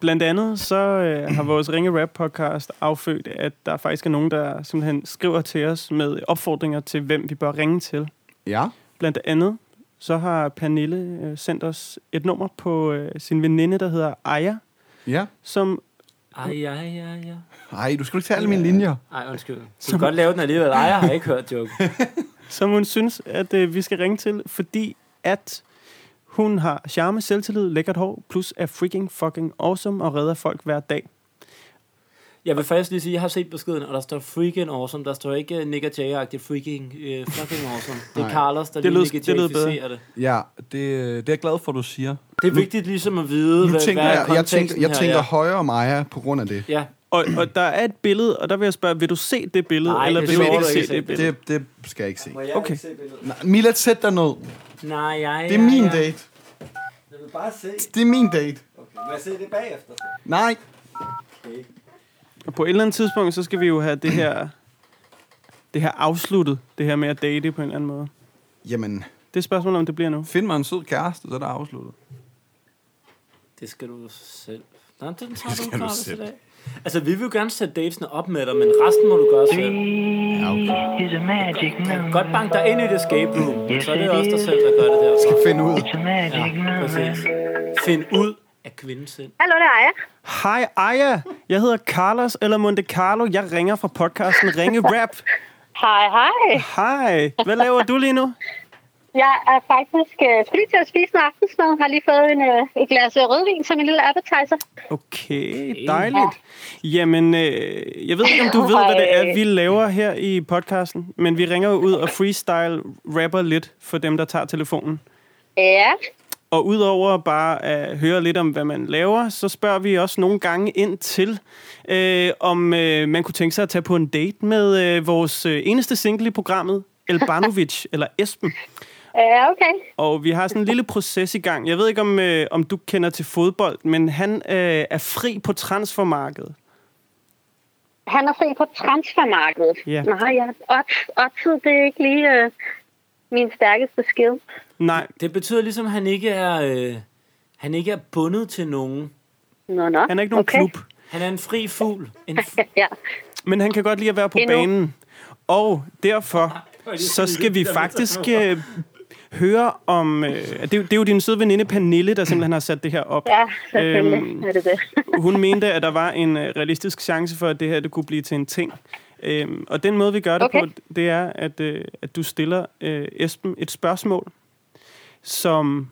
C: Blandt andet så øh, har vores Ringe Rap podcast affødt, at der faktisk er nogen, der simpelthen skriver til os med opfordringer til, hvem vi bør ringe til.
B: Ja.
C: Blandt andet så har Pernille øh, sendt os et nummer på øh, sin veninde, der hedder Aya,
B: Ja.
C: som
A: Ej, ej, ej, ej.
B: Ej, du skal ikke tage alle mine linjer.
A: Ej, undskyld. Du kan godt lave den alligevel. Ej, jeg har ikke hørt joke.
C: som hun synes, at øh, vi skal ringe til, fordi at hun har charme, selvtillid, lækkert hår, plus er freaking fucking awesome og redder folk hver dag.
A: Jeg vil faktisk lige sige, at jeg har set beskeden, og der står freaking awesome. Der står ikke øh, Nick og Jay-agtigt freaking øh, fucking awesome. Det er
B: Nej.
A: Carlos, der
C: Det
A: det
C: lød-
A: lige Nick
C: det lød
A: og
C: bedre.
A: Jay det.
B: Ja, det, det er jeg glad for, du siger.
A: Det er vigtigt ligesom at vide,
B: Nu
A: hvad,
B: tænker
A: hvad er
B: jeg, jeg tænker,
A: konteksten
B: jeg
A: her,
B: tænker
A: ja.
B: højere Maja på grund af det.
A: Ja,
C: Og, og der er et billede, og der vil jeg spørge, vil du se det billede,
A: Nej,
C: eller
A: det
C: vil du
A: tror
C: ikke
A: jeg ikke.
C: se det billede?
B: Det, det skal jeg ikke se.
F: jeg
C: Okay.
B: Nej, Mila, sæt dig ned.
A: nej, ja,
B: Det er min
A: ja, ja.
B: date.
F: Jeg vil bare se.
B: Det er min date.
F: Okay, må jeg se det bagefter?
B: Nej.
C: Og på et eller andet tidspunkt, så skal vi jo have det her, det her afsluttet, det her med at date på en eller anden måde.
B: Jamen,
C: Det er spørgsmålet, om det bliver nu.
B: find mig en sød kæreste, så er det afsluttet.
A: Det skal du selv. Nå, den tager det skal du, Carlos, i dag. Altså, vi vil jo gerne sætte datesene op med dig, men resten må du gøre selv.
I: He's a magic
A: Du kan
I: number.
A: Godt bank dig ind i det escape room, så er det også dig selv, der gør det der.
B: Find ud.
I: It's a magic number.
A: Præcis. Find ud af kvinden selv.
E: Hallo, det er jeg.
C: Hej Aja, jeg hedder Carlos eller Monte Carlo. Jeg ringer fra podcasten Ringe Rap.
E: Hej, hej.
C: Hej, hvad laver du lige nu?
E: Jeg er faktisk øh, fri til at spise en aftensmad. Har lige fået en, øh, et glas øh, rødvin som en lille appetizer.
C: Okay, dejligt. Jamen, øh, jeg ved ikke, om du ved, hvad det er, vi laver her i podcasten, men vi ringer jo ud og freestyle rapper lidt for dem, der tager telefonen.
E: Ja,
C: Og udover bare at høre lidt om, hvad man laver, så spørger vi også nogle gange ind til, øh, om øh, man kunne tænke sig at tage på en date med øh, vores øh, eneste single i programmet, Elbanovic eller Esben.
E: ja Øh, okay.
C: Og vi har sådan en lille proces i gang. Jeg ved ikke, om, øh, om du kender til fodbold, men han øh, er fri på transfermarkedet.
E: Han er fri på transfermarkedet.
C: Ja.
E: Nej, ja. odds- Oddset, det er ikke lige øh, min stærkeste skill.
C: Nej,
A: Det betyder ligesom, at han ikke er, øh, han ikke er bundet til nogen.
E: Nå, nå.
C: han er ikke nogen okay. klub,
A: Han er en fri fugl. En f-
E: Ja.
C: men han kan godt lide at være på
E: Endnu.
C: banen. Og derfor så skal vi faktisk øh, høre om... Øh, det, er jo- det er jo din søde veninde Pernille, der simpelthen har sat det her op.
E: Ja, selvfølgelig
C: Øhm.
E: øhm. er det det.
C: Hun mente, at der var en øh, realistisk chance for, at det her det kunne blive til en ting. Øhm, og den måde, vi gør det
E: Okay.
C: på, det er, at, øh, at du stiller øh, Esben et spørgsmål, som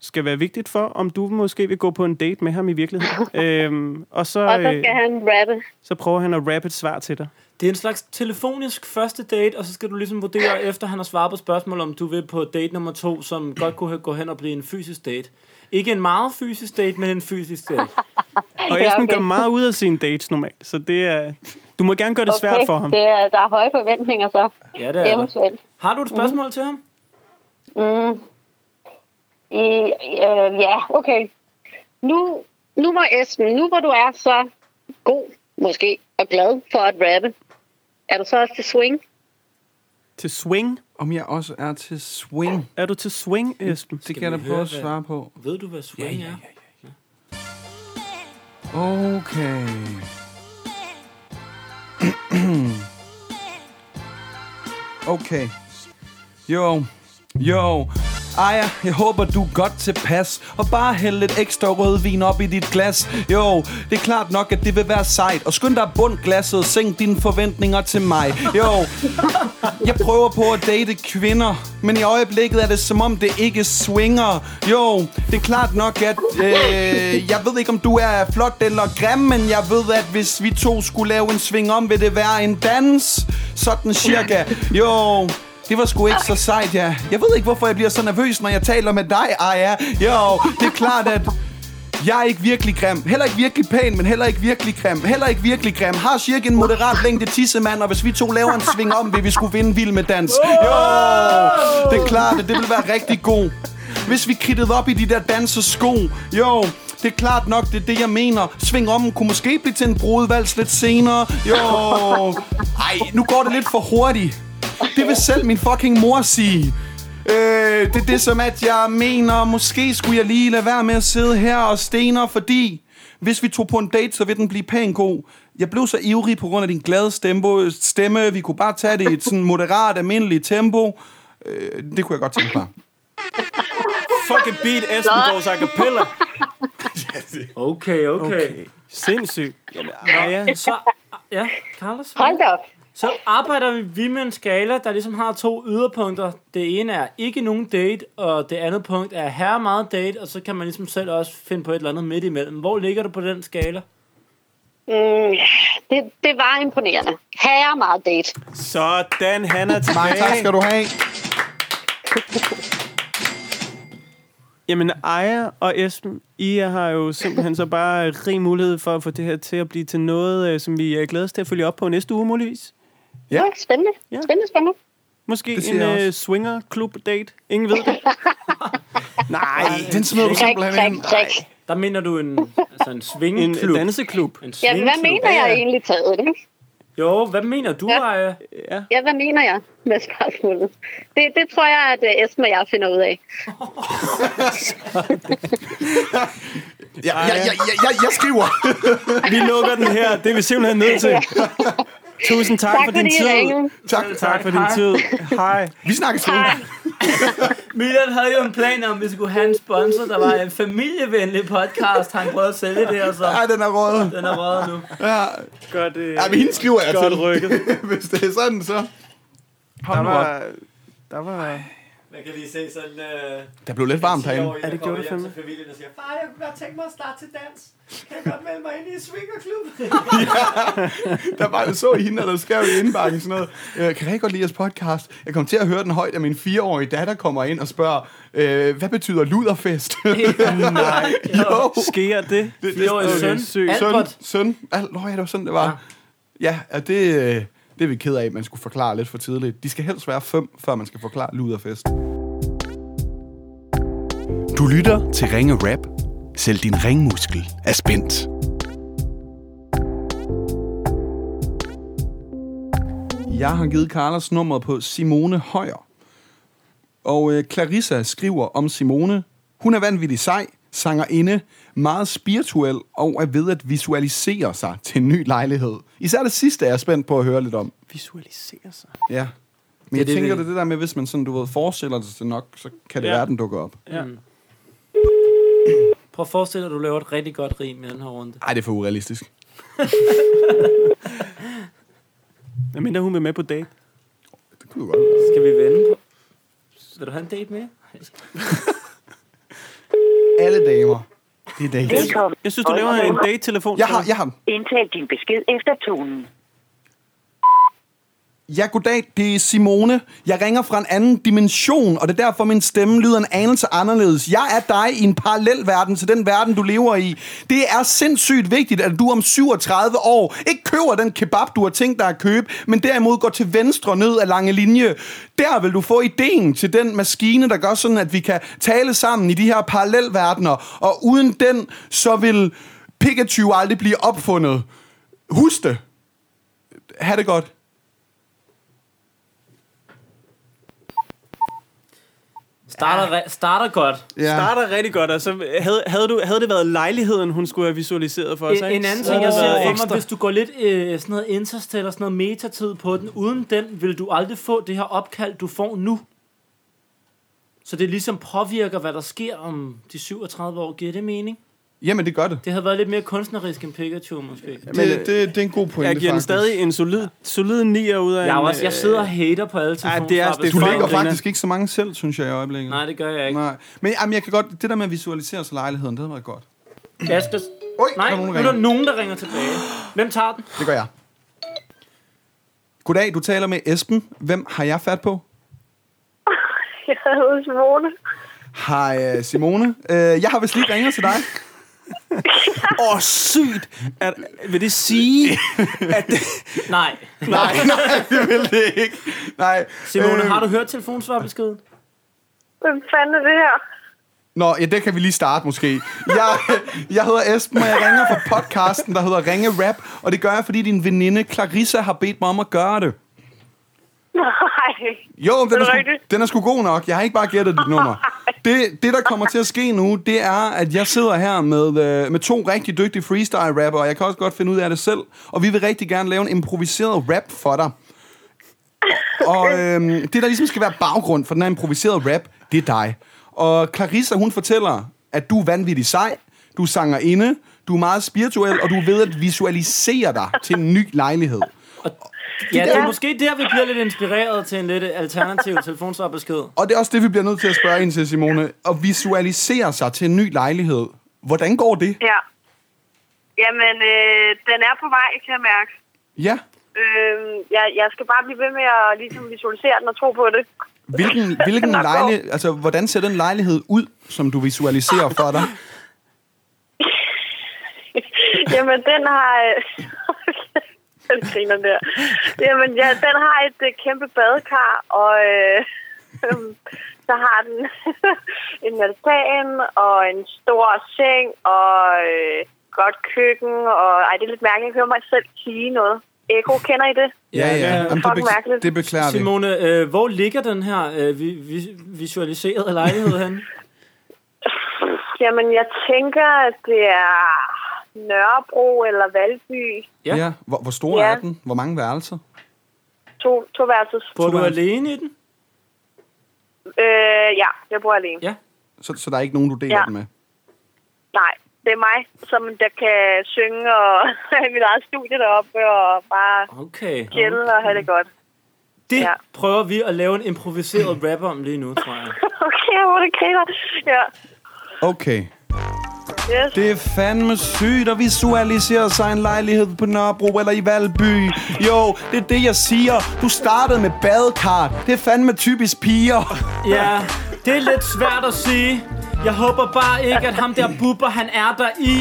C: skal være vigtigt for, om du måske vil gå på en date med ham i virkeligheden. øhm, og så,
E: Og så
C: øh,
E: skal han rappe.
C: så prøver han at rappe et svar til dig.
A: det er en slags telefonisk første date, og så skal du ligesom vurdere, efter han har svaret på spørgsmål, om du vil på date nummer to, som godt kunne gå hen og blive en fysisk date. Ikke en meget fysisk date, men en fysisk date.
C: Og
E: Ja,
C: Esben
E: okay.
C: gør meget ud af sine dates normalt, så det er... Du må gerne gøre det svært for ham.
E: det er, der er høje forventninger så,
A: Ja, det er der.
E: eventuelt.
A: Har du et spørgsmål til ham?
E: Mm. I, øh, ja, okay. Nu, nu hvor Esben, nu hvor du er så god, måske, og glad for at rappe, er du så også til swing?
C: Til swing?
B: Om jeg også er til swing.
C: Er du til swing, Esben?
B: Det kan jeg
A: vi
B: da prøve
A: høre,
B: at
A: hvad-
B: svare på.
A: Ved du, hvad swing ja, ja, ja. er?
B: Okay. okay. Jo. Jo. Ej, jeg håber, du er godt tilpas Og bare hæld lidt ekstra rødvin op i dit glas Jo, det er klart nok, at det vil være sejt Og skynd dig bund glasset, sænk dine forventninger til mig Jo, jeg prøver på at date kvinder, men i øjeblikket er det som om, det ikke swinger. Jo, det er klart nok, at øh, jeg ved ikke, om du er flot eller grim, men jeg ved, at hvis vi to skulle lave en sving om, vil det være en dans. Sådan cirka. Jo, det var sgu ikke så sejt, ja. Jeg ved ikke, hvorfor jeg bliver så nervøs, når jeg taler med dig, Aja. Jo, det er klart, at jeg er ikke virkelig grim. Heller ikke virkelig pæn, men heller ikke virkelig grim. Heller ikke virkelig grim. Har cirka en moderat længde tissemand, og hvis vi to laver en sving om, vil vi skulle vinde vild med dans. Jo, det er klart, at det vil være rigtig god. Hvis vi kridtede op i de der dansesko, jo, det er klart nok, det er det, jeg mener. Sving om kunne måske blive til en brudevals lidt senere. Jo, ej, nu går det lidt for hurtigt. Det vil selv min fucking mor sige. Øh, det er det som, at jeg mener, måske skulle jeg lige lade være med at sidde her og stener, fordi hvis vi tog på en date, så ville den blive pænt god. Jeg blev så ivrig på grund af din glade stempo, stemme. Vi kunne bare tage det i et sådan moderat, almindeligt tempo. Øh, det kunne jeg godt tænke mig.
C: Fucking beat Esbengårds a cappella.
A: Okay, okay. okay.
C: Sindssygt. Jamen, Aja,
A: Så, Ah, ja, Carlos.
E: Hold da op.
A: Så arbejder vi med en skala, der ligesom har to yderpunkter. Det ene er ikke nogen date, og det andet punkt er herre meget date, og så kan man ligesom selv også finde på et eller andet midt imellem. Hvor ligger du på den skala?
E: Mm, det, det var imponerende. Herre meget date.
C: sådan, han er
G: Mange tak
C: tilbage.
G: skal du have.
C: Jamen, Aja og Esben, I har jo simpelthen så bare rig mulighed for at få det her til at blive til noget, øh, som vi øh, glæder os til at følge op på næste uge, muligvis.
E: Ja. Nå, spændende.
C: Ja.
E: Ja. Spændende, spændende.
C: Måske
B: siger jeg
C: en uh,
B: også.
C: swinger-klub-date. Ingen ved det. Nej,
G: Den smider du
E: Træk,
G: simpelthen
E: træk,
G: ind.
E: træk.
A: Der mener du en, altså en
C: en
A: svingeklub.
C: øh, danseklub.
E: Ja,
A: En
E: Altså, hvad
A: svingeklub.
E: mener jeg egentlig taget det?
A: Jo, hvad mener du,
E: Ja.
A: Aja?
C: Ja.
E: Ja, hvad mener jeg med spørgsmålet? Det, det tror jeg, at øh, Esben og jeg finder ud af.
G: Ja, ja, ja, ja, ja, jeg skriver.
C: Vi lukker den her. Det er vi simpelthen nødt til. Tusind tak,
E: Tak
C: for
E: fordi
C: din
E: I
C: tid.
E: ringede.
G: Tak.
C: Tak for din
A: Hej.
C: tid. Hej.
G: Vi snakkes nu.
A: Milan havde jo en plan om, at vi skulle have en sponsor, der var en familievenlig podcast. Han prøvede at sælge det, og så
G: Ej, den er røget.
A: den er røget nu.
G: Ja,
C: Godt, øh,
G: ja men hende skriver jeg
C: godt
G: til.
C: rykket.
G: Hvis det er sådan, så...
C: Der var... Der var...
F: Man kan lige se sådan... Øh,
G: Der blev lidt varmt herinde.
F: Er det gjort det
C: fandme?
F: fandme? familien og siger, far, jeg kunne godt tænke mig at starte til dans. Kan jeg godt melde mig ind i en swingerklub?
G: Der var jeg så hende, og der skrev i indbakken sådan noget. Øh, kan jeg godt lide jeres podcast? Jeg kom til at høre den højt, at min fireårige datter kommer ind og spørger, øh, hvad betyder luderfest?
A: Nej.
G: jo.
C: Sker det?
A: Fireårig
C: Okay,
A: søn.
C: sygt.
G: Søn,
A: Albert.
G: søn. Al- Nå, ja, det var sådan, det var. Ja, ja og det, øh, det er vi ked af, at man skulle forklare lidt for tidligt. De skal helst være fem, før man skal forklare luderfest. Du lytter til Ringe Rap. Selv din ringmuskel er spændt.
B: Jeg har givet Carlos nummer på Simone Højer. Og øh, Clarissa skriver om Simone. Hun er vanvittig sej, sangerinde, meget spirituel og er ved at visualisere sig til en ny lejlighed. Især det sidste er jeg spændt på at høre lidt om.
C: Visualisere sig.
B: Ja. Men jeg
A: det er
B: tænker,
A: det.
B: det er det der med, hvis man sådan, du ved, forestiller sig det nok, så kan det
C: Ja.
B: ja. være, den dukker op.
C: Ja.
A: Prøv at forestille dig, at du laver et rigtig godt rim i den her runde.
G: Ej, det er for urealistisk.
C: Hvad mindre hun vil med på date?
G: Det kunne jo godt være.
A: Skal vi vende på? Vil du have en date med?
G: Alle damer. Det er dagens.
I: Velkommen.
C: Jeg synes, du laver en date-telefon.
B: Jeg har, jeg har.
I: Indtal din besked efter tonen.
B: Ja, goddag, det er Simone. Jeg ringer fra en anden dimension, og det er derfor, min stemme lyder en anelse anderledes. Jeg er dig i en parallel verden til den verden, du lever i. Det er sindssygt vigtigt, at du om 37 år ikke køber den kebab, du har tænkt dig at købe, men derimod går til venstre ned ad lange linje. Der vil du få ideen til den maskine, der gør sådan, at vi kan tale sammen i de her parallelverdener, og uden den, så vil Pikachu aldrig blive opfundet. Husk det. Ha' det godt.
A: Starter, re- starter godt.
C: Ja. Starter rigtig godt, og så havde, havde, du, havde det været lejligheden, hun skulle have visualiseret for os,
A: En,
C: ikke?
A: en anden
C: Så
A: ting, jeg
C: havde det
A: ser
C: været
A: for mig,
C: ekstra.
A: hvis du går lidt øh, sådan noget interstellar, sådan noget metatid på den, uden den vil du aldrig få det her opkald, du får nu. Så det ligesom påvirker, hvad der sker om de 37 år. Giver det mening?
B: Jamen, det gør det.
A: Det havde været lidt mere kunstnerisk end Pikachu, måske.
B: Det, det, det, det er en god pointe,
C: Jeg giver den
B: faktisk.
C: stadig en solid, solid 9 ud af
A: Jeg, er
C: en,
A: også, jeg
C: øh,
A: sidder og hater på alle telefoner.
C: det er- det er
B: Du lægger faktisk ikke så mange selv, synes jeg, i øjeblikket.
A: Nej, det gør jeg ikke.
B: Nej. Men jamen, jeg kan godt, det der med at visualisere sig lejligheden, det har været godt.
A: Jeg skal...
B: Oj,
A: Nej,
B: der er
A: nu
B: nogen, der
A: er der
B: ringer.
A: nogen, der ringer tilbage. Hvem tager den?
B: Det gør jeg. Goddag, du taler med Esben. Hvem har jeg fat på?
J: Jeg hedder Simone.
B: Hej, øh, Simone. Øh, Jeg har vist lige ringet til dig.
C: Åh, oh, sygt! At, vil det sige, at... Det,
A: Nej.
B: nej, nej, det vil det ikke. Nej.
A: Simone,
B: øh,
A: har du hørt telefonsvarbeskeden?
J: Hvem fanden er det her?
B: Nå, ja, det kan vi lige starte måske. Jeg, jeg hedder Esben, og jeg ringer fra podcasten, der hedder Ringe Rap, og det gør jeg, fordi din veninde Clarissa har bedt mig om at gøre det.
J: Nej.
B: Jo, men den er,
J: det
B: sgu,
J: rigtigt?
B: den er sgu god nok. Jeg har ikke bare gættet dit nummer. Det, det, der kommer til at ske nu, det er, at jeg sidder her med, øh, med to rigtig dygtige freestyle-rapper, og jeg kan også godt finde ud af det selv. Og vi vil rigtig gerne lave en improviseret rap for dig. Og øhm, det, der ligesom skal være baggrund for den her improviserede rap, det er dig. Og Clarissa, hun fortæller, at du er vanvittig sej, du er sangerinde, du er meget spirituel, og du er ved at visualisere dig til en ny lejlighed.
A: Ja,
B: der-
A: det er måske der, vi bliver lidt inspireret til en lidt øh, alternativ telefonsvarbesked.
B: Og det er også det, vi bliver nødt til at spørge ind til, Simone. At visualisere sig til en ny lejlighed. Hvordan går det?
J: Ja. Jamen, øh, den er på vej, kan jeg mærke.
B: Ja.
J: Øh,
E: Øhm,
J: jeg, jeg skal bare blive ved med at ligesom visualisere den og tro på det.
B: Hvilken, hvilken
J: Nå,
B: lejlighed, altså, hvordan ser den lejlighed ud, som du visualiserer for dig?
J: Jamen, den har... øh, den griner der. Jamen, ja, den har et øh, kæmpe badekar, og øh, så har den en altan og en stor seng og øh, godt køkken. Og, ej, det er lidt mærkeligt. Jeg hører mig selv sige noget. Eko, kender I det?
B: Ja, ja. Jamen, det,
J: fucking
B: be-
J: mærkeligt.
B: det beklager vi.
A: Simone, øh, hvor ligger den her øh, vi, vi, visualiserede lejlighed henne?
J: Jamen, jeg tænker, at det er Nørrebro eller Valby.
A: Ja.
B: Ja. Hvor, hvor stor
J: Ja.
B: er den? Hvor mange værelser?
J: To, to værelses.
A: Bor du
B: Toren.
A: alene i den?
J: Øh, ja, jeg bor alene.
A: Ja.
B: Så, så der er ikke nogen, du deler
J: Ja.
B: den med?
J: Nej, det er mig, som der kan synge og have mit eget studie deroppe og bare
A: Okay.
C: Ah,
J: chille og have det godt.
A: Det
J: Ja.
A: prøver vi at lave en improviseret rap om lige nu, tror jeg.
J: Okay, hvor det griner. Ja,
B: Okay.
J: yes.
B: Det er fandme sygt at visualisere sig en lejlighed på Nørrebro eller i Valby. Jo, det er det, jeg siger. Du startede med badekar. Det er fandme typisk piger.
A: Ja, det er lidt svært at sige. Jeg håber bare ikke, at ham der bubber, han er der i.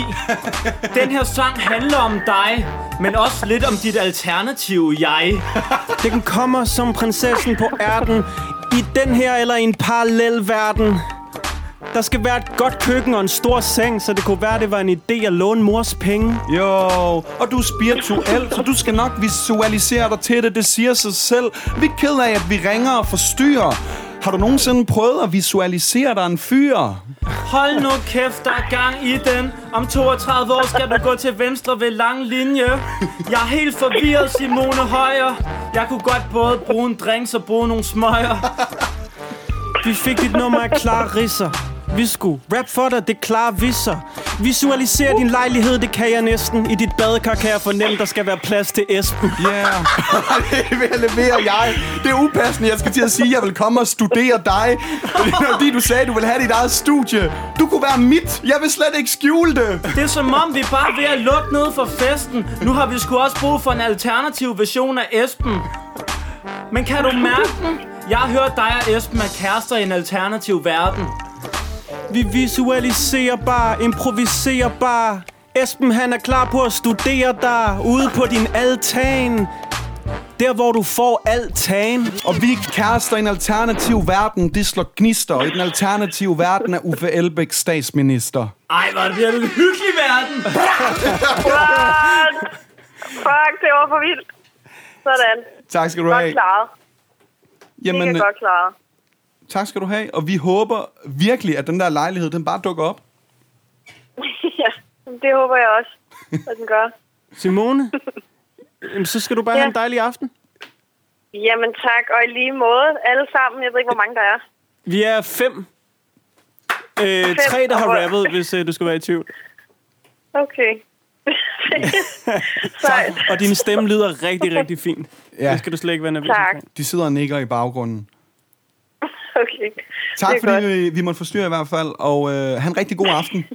A: Den her sang handler om dig, men også lidt om dit alternative jeg.
C: den kommer som prinsessen på ærten. I den her eller i en parallel verden. Der skal være et godt køkken og en stor seng, så det kunne være, det var en idé at låne mors penge.
B: Jo, og du er spirituel, så du skal nok visualisere dig til det. Det siger sig selv. Vi er ked af, at vi ringer og forstyrrer. Har du nogensinde prøvet at visualisere dig en fyr?
A: Hold nu kæft, der er gang i den. Om 32 år skal du gå til venstre ved lang linje. Jeg er helt forvirret, Simone Højer. Jeg kunne godt både bruge en drink og bruge nogle smøger.
C: Vi fik dit nummer af klare risser. Vi skulle rap for dig, det klare visser. Visualiser din lejlighed, det kan jeg næsten. I dit badekar kan jeg fornemme, der skal være plads til Esben.
B: Ja. Yeah. det vil jeg levere jeg. Det er upassende, jeg skal til at sige, at jeg vil komme og studere dig. Det er fordi, du sagde, at du vil have dit eget studie. Du kunne være mit. Jeg vil slet ikke skjule det.
A: Det er som om, vi bare er ved at lukke ned for festen. Nu har vi sgu også brug for en alternativ version af Esben. Men kan du mærke den? Jeg har hørt dig og Esben er kærester i en alternativ verden.
C: Vi visualiserer bare, improviserer bare. Esben han er klar på at studere dig ude på din altan. Der hvor du får altan.
B: Og vi er kærester i en alternativ verden. Det slår gnister. Og i den alternative verden er Uffe Elbæk statsminister.
A: Ej, hvor er det bliver en hyggelig verden.
J: Fuck! Fuck, det var for vildt. Sådan.
B: Tak skal du
J: Godt
B: have.
J: klaret. Mega godt klaret.
B: Tak skal du have, og vi håber virkelig, at den der lejlighed, den bare dukker op.
J: ja, det håber jeg også, at den gør.
C: Simone, jamen, så skal du bare ja. have en dejlig aften.
J: Jamen tak, og i lige måde, alle sammen. Jeg ved ikke, hvor mange der er.
C: Vi er fem. Øh,
J: Fem,
C: tre, der har
J: og hvor-
C: rappet, hvis øh, du skal være i tvivl.
J: Okay. Sejt.
C: Og din stemme lyder rigtig, rigtig fint.
B: Ja.
C: Ja. Det skal du slet ikke være nervøs
J: Tak.
C: omkring.
B: De sidder og nikker i baggrunden.
J: Okay.
B: Tak
J: Det er
B: fordi vi, vi måtte forstyrre i hvert fald, og øh, han rigtig god aften.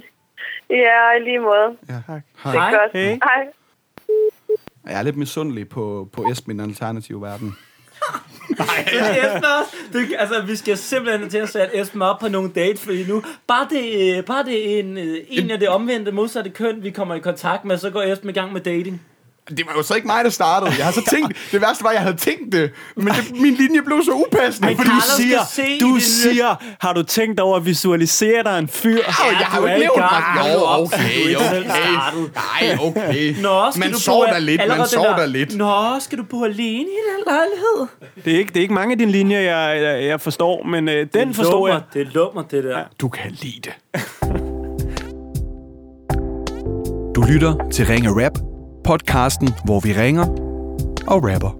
J: Ja, og i lige måde.
B: Ja. Tak.
J: Det er godt. Hej.
B: Jeg er lidt misundelig på, på Esben i den alternative verden.
A: Esben, det, altså, vi skal simpelthen til at sætte Esben op på nogle dates, fordi nu, bare det, øh, bare det en, øh, en af det omvendte modsatte køn, vi kommer i kontakt med, så går Esben i gang med dating.
B: Det var jo så ikke mig, der startede. Jeg har så tænkt, det værste var, at jeg havde tænkt det, men det, min linje blev så upassende,
C: Ej,
B: fordi
C: du
B: du
C: Carlos
B: siger,
C: siger- skal se
B: du
C: du i det
B: siger,
C: siger, har du tænkt over at visualisere dig en fyr?
B: Ja, jeg har jo
C: du er
B: ikke
C: i
B: nævnt
C: gang.
B: mig.
C: Hold
B: Jo,
C: op,
B: okay,
C: du er selv
B: okay.
A: startet.
B: Nej, okay.
A: Nå, skal
B: Man
A: du bo
B: sover
A: al-
B: da lidt, man
A: allerede den
B: sover da lidt.
A: Nå, skal du bo alene i den lejlighed?
C: Det er ikke, det er ikke mange af dine linjer, jeg, jeg, jeg forstår, men øh, den forstår
A: lummer,
C: jeg.
A: Det er lummer, det der. Ja.
B: du kan lide det.
K: Du lytter til Ringe Rap, podcasten, hvor vi ringer og rapper.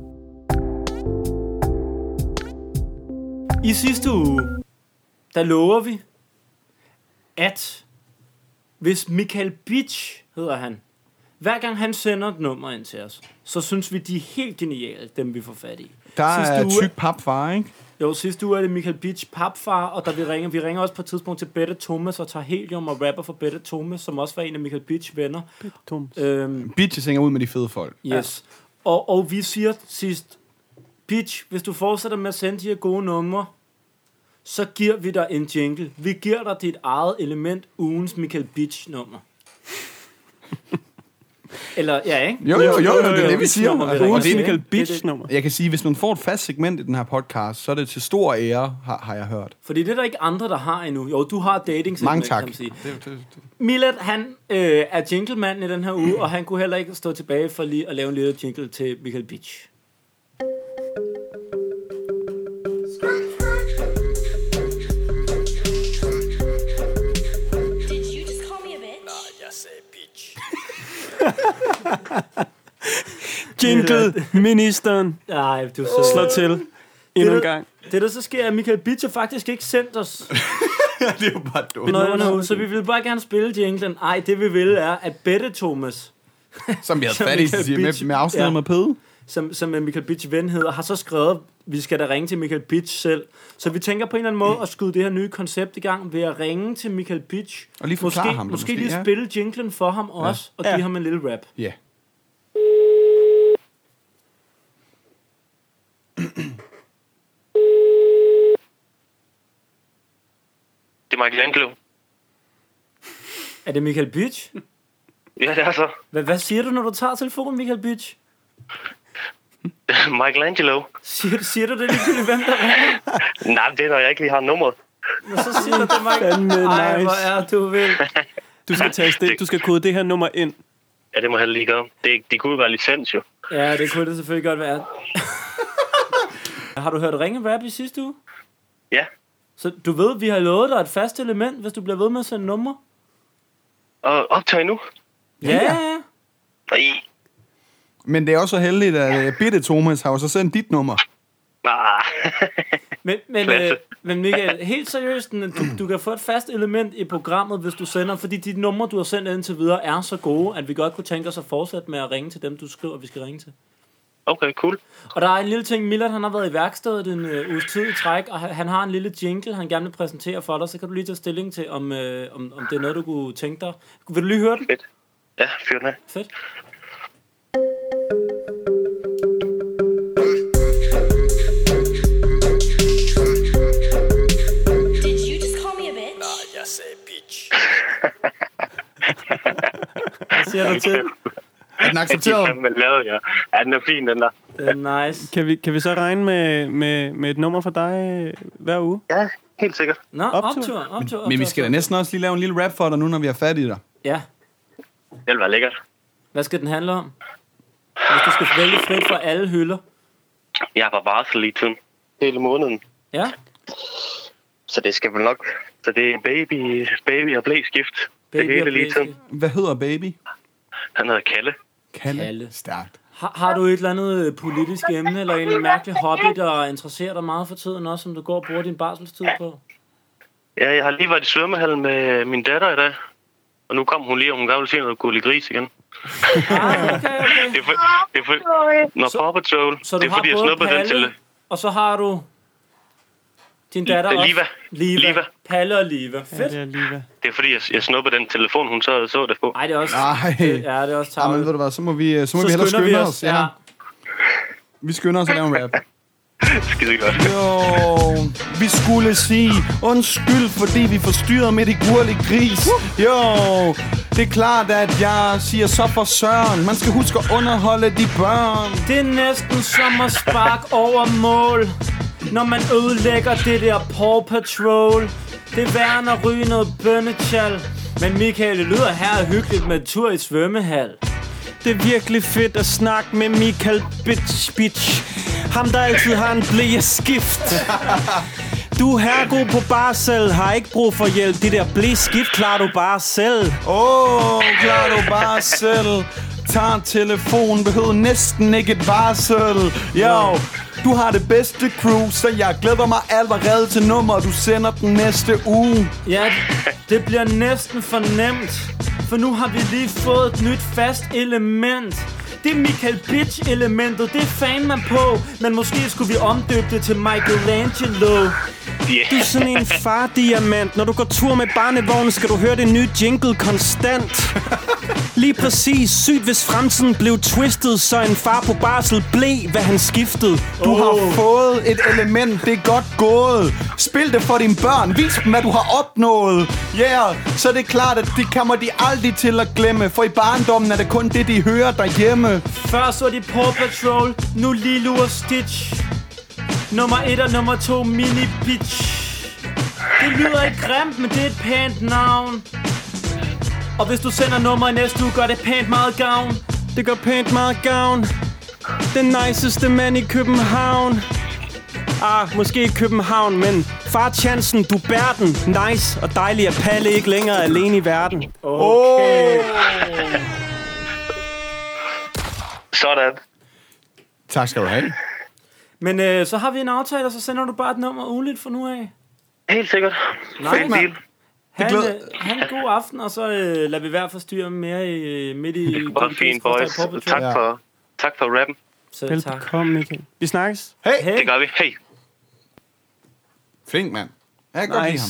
A: I sidste uge, der lover vi, at hvis Michael Bitch hedder han, hver gang han sender et nummer ind til os, så synes vi, de er helt geniale, dem vi får fat i.
B: Der
A: Sidste
B: er
A: uge-
B: tyk papfar, ikke?
A: Jo, sidste uge er det Michael Beach papfar, og der vi ringer, vi ringer også på et tidspunkt til Bette Thomas og tager helium og rapper for Bette Thomas, som også var en af Michael Beach venner.
C: Thomas.
A: Øhm,
B: Bitches hænger ud med de fede folk.
A: yes. Ja. Og, og vi siger sidst, Beach, hvis du fortsætter med at sende de her gode numre, så giver vi dig en jingle. Vi giver dig dit eget element, ugens Michael Beach nummer. Eller, ja, ikke?
B: Jo, jo, jo, jo, det er det, vi siger.
A: Nummer,
B: Altså,
A: ringer
B: ugens
A: til,
B: Michael
A: ikke? Det er det.
C: nummer.
B: Jeg kan sige, hvis man får et fast segment i den her podcast, så er det til stor ære, har, har jeg hørt.
A: Fordi det er der ikke andre, der har endnu. Jo, du har dating
B: Mange
A: kan
B: tak.
A: man sige. Milad, han øh, er jinglemanden i den her uge, og han kunne heller ikke stå tilbage for lige at lave en lille jingle til Michael Beach.
C: Jingle, ministeren
A: Nej, du så...
C: slår til endnu en
A: Det-
C: gang.
A: Det, der så sker, er, at Michael Beach har faktisk ikke sendt os
B: det er jo bare dumt.
A: noget nu, så vi vil bare gerne spille jinglen. Ej, det vi vil er, at Bette Thomas,
B: Som vi havde
A: Som
B: fat i
A: Michael
B: siger, med,
A: Bitch.
B: med afsnit
A: Ja.
B: med pede.
A: som, som er Michael Beach ven hedder, har så skrevet, vi skal da ringe til Michael Beach selv. Så vi tænker på en eller anden måde at skyde det her nye koncept i gang ved at ringe til Michael Beach.
B: Og lige forklare
A: måske,
B: ham det,
A: Måske,
B: måske,
A: måske lige
B: ja.
A: spille jinglen for ham også, og give
C: Ja.
A: ham en lille rap.
B: Ja.
L: Det er Michael Angelo.
A: Er det Michael Beach?
L: Ja, det er så.
A: Hvad, hvad siger du, når du tager telefonen, Michael Beach?
L: Michael Angelo.
A: Siger, siger du det ligegyldigt, hvem der ringer?
L: Nej, det er, når jeg ikke lige har nummeret.
A: Nå, så siger du det, Michael.
C: Fandme
A: Ej,
C: nice.
A: hvor er du vild.
C: Du skal, taste det. du skal kode det her nummer ind.
L: Ja, det må jeg lige gøre. Det, det kunne jo være licens, jo.
A: Ja, det kunne det selvfølgelig godt være. har du hørt ringe rap i sidste uge?
L: Ja.
A: Så du ved, vi har lovet dig et fast element, hvis du bliver ved med at sende numre.
L: Og optager I nu?
A: Ja, ja.
L: Nej.
B: Men det er også så heldigt, at øh, Bitte Thomas har jo så sendt dit nummer.
L: Ah.
A: Men, men,
L: Klasse.
A: øh, men Michael, helt seriøst, den- du, du kan få et fast element i programmet, hvis du sender, fordi de numre, du har sendt indtil videre, er så gode, at vi godt kunne tænke os at fortsætte med at ringe til dem, du skriver, vi skal ringe til.
L: Okay, cool.
A: Og der er en lille ting, Millard han har været i værkstedet en øh, uges tid i træk, og han, han har en lille jingle, han gerne vil præsentere for dig, så kan du lige tage stilling til, om, øh, om, om det er noget, du kunne tænke dig. Vil du lige høre den?
L: Ja, fyr den af.
A: Fedt. Hvad siger du til?
B: Er den
L: Det er
B: accepteret?
L: fandme lavet, ja. Ja, den er fin, den der.
A: Den er nice.
C: Kan vi, kan vi så regne med, med, med et nummer fra dig øh, hver uge?
L: Ja, helt sikkert.
A: Nå,
C: Optur.
A: optur, optur, optur.
B: Men vi skal da næsten også lige lave en lille rap for dig nu, når vi har fat i dig.
A: Ja.
L: Det ville være lækkert.
A: Hvad skal den handle om? Hvis du skal vælge frit fra alle hylder.
L: Jeg var varsel lige tiden. Hele måneden.
A: Ja.
L: så det skal man nok. Så det er baby, baby og blæskift. Det hele lige tiden.
G: Hvad hedder baby?
L: Han hedder Kalle.
G: Kalle. Kalle. Stærkt.
A: Har, har du et eller andet øh, politisk emne, eller en mærkelig hobby, der interesserer dig meget for tiden også, som du går og bruger din barselstid på?
L: Ja, jeg har lige været i svømmehallen med min datter i dag. Og nu kom hun lige, og hun gerne vil se noget gullig gris igen. Ah, det er for, det er for, når Paw Patrol,
A: Så du
L: det er
A: har
L: fordi, jeg
A: både
L: snuppede den
A: Palle
L: til
A: Og så har du din datter også.
L: Liva.
A: Liva. Liva. Palle og Liva. Fedt.
C: det er Liva.
L: Det er fordi, jeg, jeg snuppede den telefon, hun så, så det på.
A: Nej, det er også...
G: Nej.
A: Ja, det er også
G: Jamen, ved du hvad, så må
B: øh,
G: vi, så må
L: Så
G: så vi hellere
L: skynder
G: skynde
L: vi
G: vi
L: os,
G: os. Ja.
L: ja.
G: Vi skynder os at lave en rap.
L: Skide godt.
B: Jo, vi skulle sige undskyld, fordi vi forstyrrede med de gurlige gris. Jo, det er klart, at jeg siger så for søren. Man skal huske at underholde de børn.
A: Det er næsten som at spark over mål, når man ødelægger det der Paw Patrol. Det er værre end at ryge noget bønnetjal. Men Michael, det lyder her hyggeligt med en tur i svømmehal.
C: Det er virkelig fedt at snakke med Michael Bitch Bitch. Ham, der altid har en blæskift. Du er herregod på barsel, har ikke brug for hjælp. Det der blæskift klarer du bare selv.
B: Åh, oh, klarer du bare selv. Tag en telefon, behøver næsten ikke et varsel. Jo, du har det bedste crew, så jeg glæder mig allerede til nummer, du sender den næste uge.
A: Ja, det bliver næsten for nemt, for nu har vi lige fået et nyt fast element. Det er Michael Bitch-elementet, det er fan man på, men måske skulle vi omdøbe det til Michelangelo.
C: Du er sådan en fardiamant. Når du går tur med barnevognen, skal du høre det nye jingle konstant. Lige præcis. Sygt, hvis fremtiden blev twistet, så en far på barsel blev, hvad han skiftede.
B: Du har fået et element, det er godt gået. Spil det for dine børn, vis dem, hvad du har opnået. Ja, yeah. så er det klart, at det kommer de aldrig til at glemme, for i barndommen er det kun det, de hører derhjemme.
A: Før så de Paw Patrol, nu Lilo og Stitch. Nummer 1 og nummer 2, Mini Bitch. Det lyder ikke grimt, men det er et pænt navn. Og hvis du sender nummer i næste uge, gør det pænt meget gavn.
C: Det gør pænt meget gavn. Den niceste mand i København. Ah, måske ikke København, men far Chancen, du bærer den. Nice og dejlig at Palle ikke længere er alene i verden.
A: Okay.
L: Sådan.
G: Tak skal du have.
A: Men øh, så har vi en aftale, og så sender du bare et nummer ugenligt fra nu af.
L: Helt sikkert.
A: Nej,
L: Fed deal.
A: mand. Han, han en god aften, og så øh, lader vi være forstyrre mere i, øh, midt i...
L: Det var fint, boys. Tak for, tak for rappen.
A: Selv tak.
C: Velbekomme, Michael. Vi snakkes.
G: Hey.
A: hey.
L: Det gør vi. Hey.
G: Flink, mand. Jeg kan nice. godt lide ham.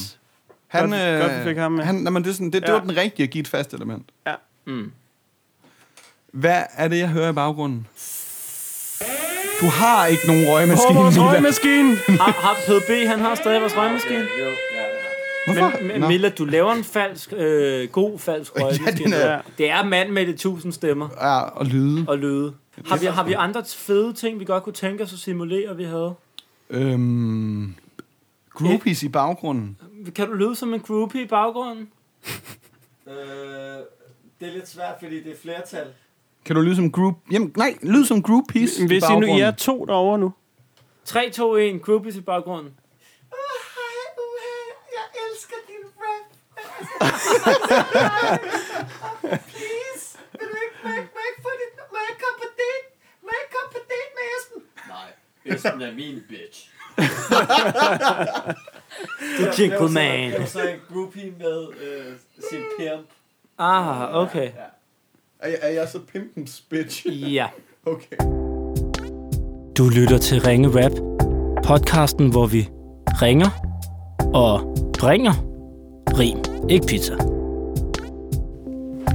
G: Han,
C: Godt-
G: øh,
C: godt, vi fik ham med.
G: han, nej, men det, er sådan, det, det
C: Ja.
G: var den rigtige at give et fast element.
C: Ja.
A: Mm.
G: Hvad er det, jeg hører i baggrunden? Du har ikke nogen røgmaskine,
C: På vores
G: Mila.
C: røgmaskine.
A: Har, har PDB, han har stadig vores røgmaskine?
G: Hvorfor?
A: Men,
G: Nå.
A: men Milla, du laver en falsk, øh, god falsk røgmaskine.
G: den er-
A: Ja, det er mand med de tusind stemmer
G: Ja, og lyde.
A: og lyde. Har vi, har vi andre fede ting, vi godt kunne tænke os at simulere, vi havde?
G: Øhm, groupies i baggrunden.
A: Kan du lyde som en groupie i baggrunden?
F: Øh, det er lidt svært, fordi det er flertal.
G: Kan du lyde som group... Jamen, nej, lyd som groupies i
C: Hvis I nu
G: baggrunden.
C: I er to derovre nu.
A: 3, 2, 1, groupies i baggrunden.
H: Jeg elsker din rap. Please, vil du ikke, må jeg, må jeg ikke få dit, må jeg ikke komme på date? Må jeg ikke komme på date med Esben?
M: Nej, Esben er min bitch.
A: Det er gentleman.
F: Det er så en groupie med øh, sin pimp.
A: Ah, okay.
G: Er, er jeg så pimpens bitch?
A: Ja.
G: Okay.
A: Du lytter til Ringe Rap, podcasten, hvor vi ringer og bringer rim, ikke pizza.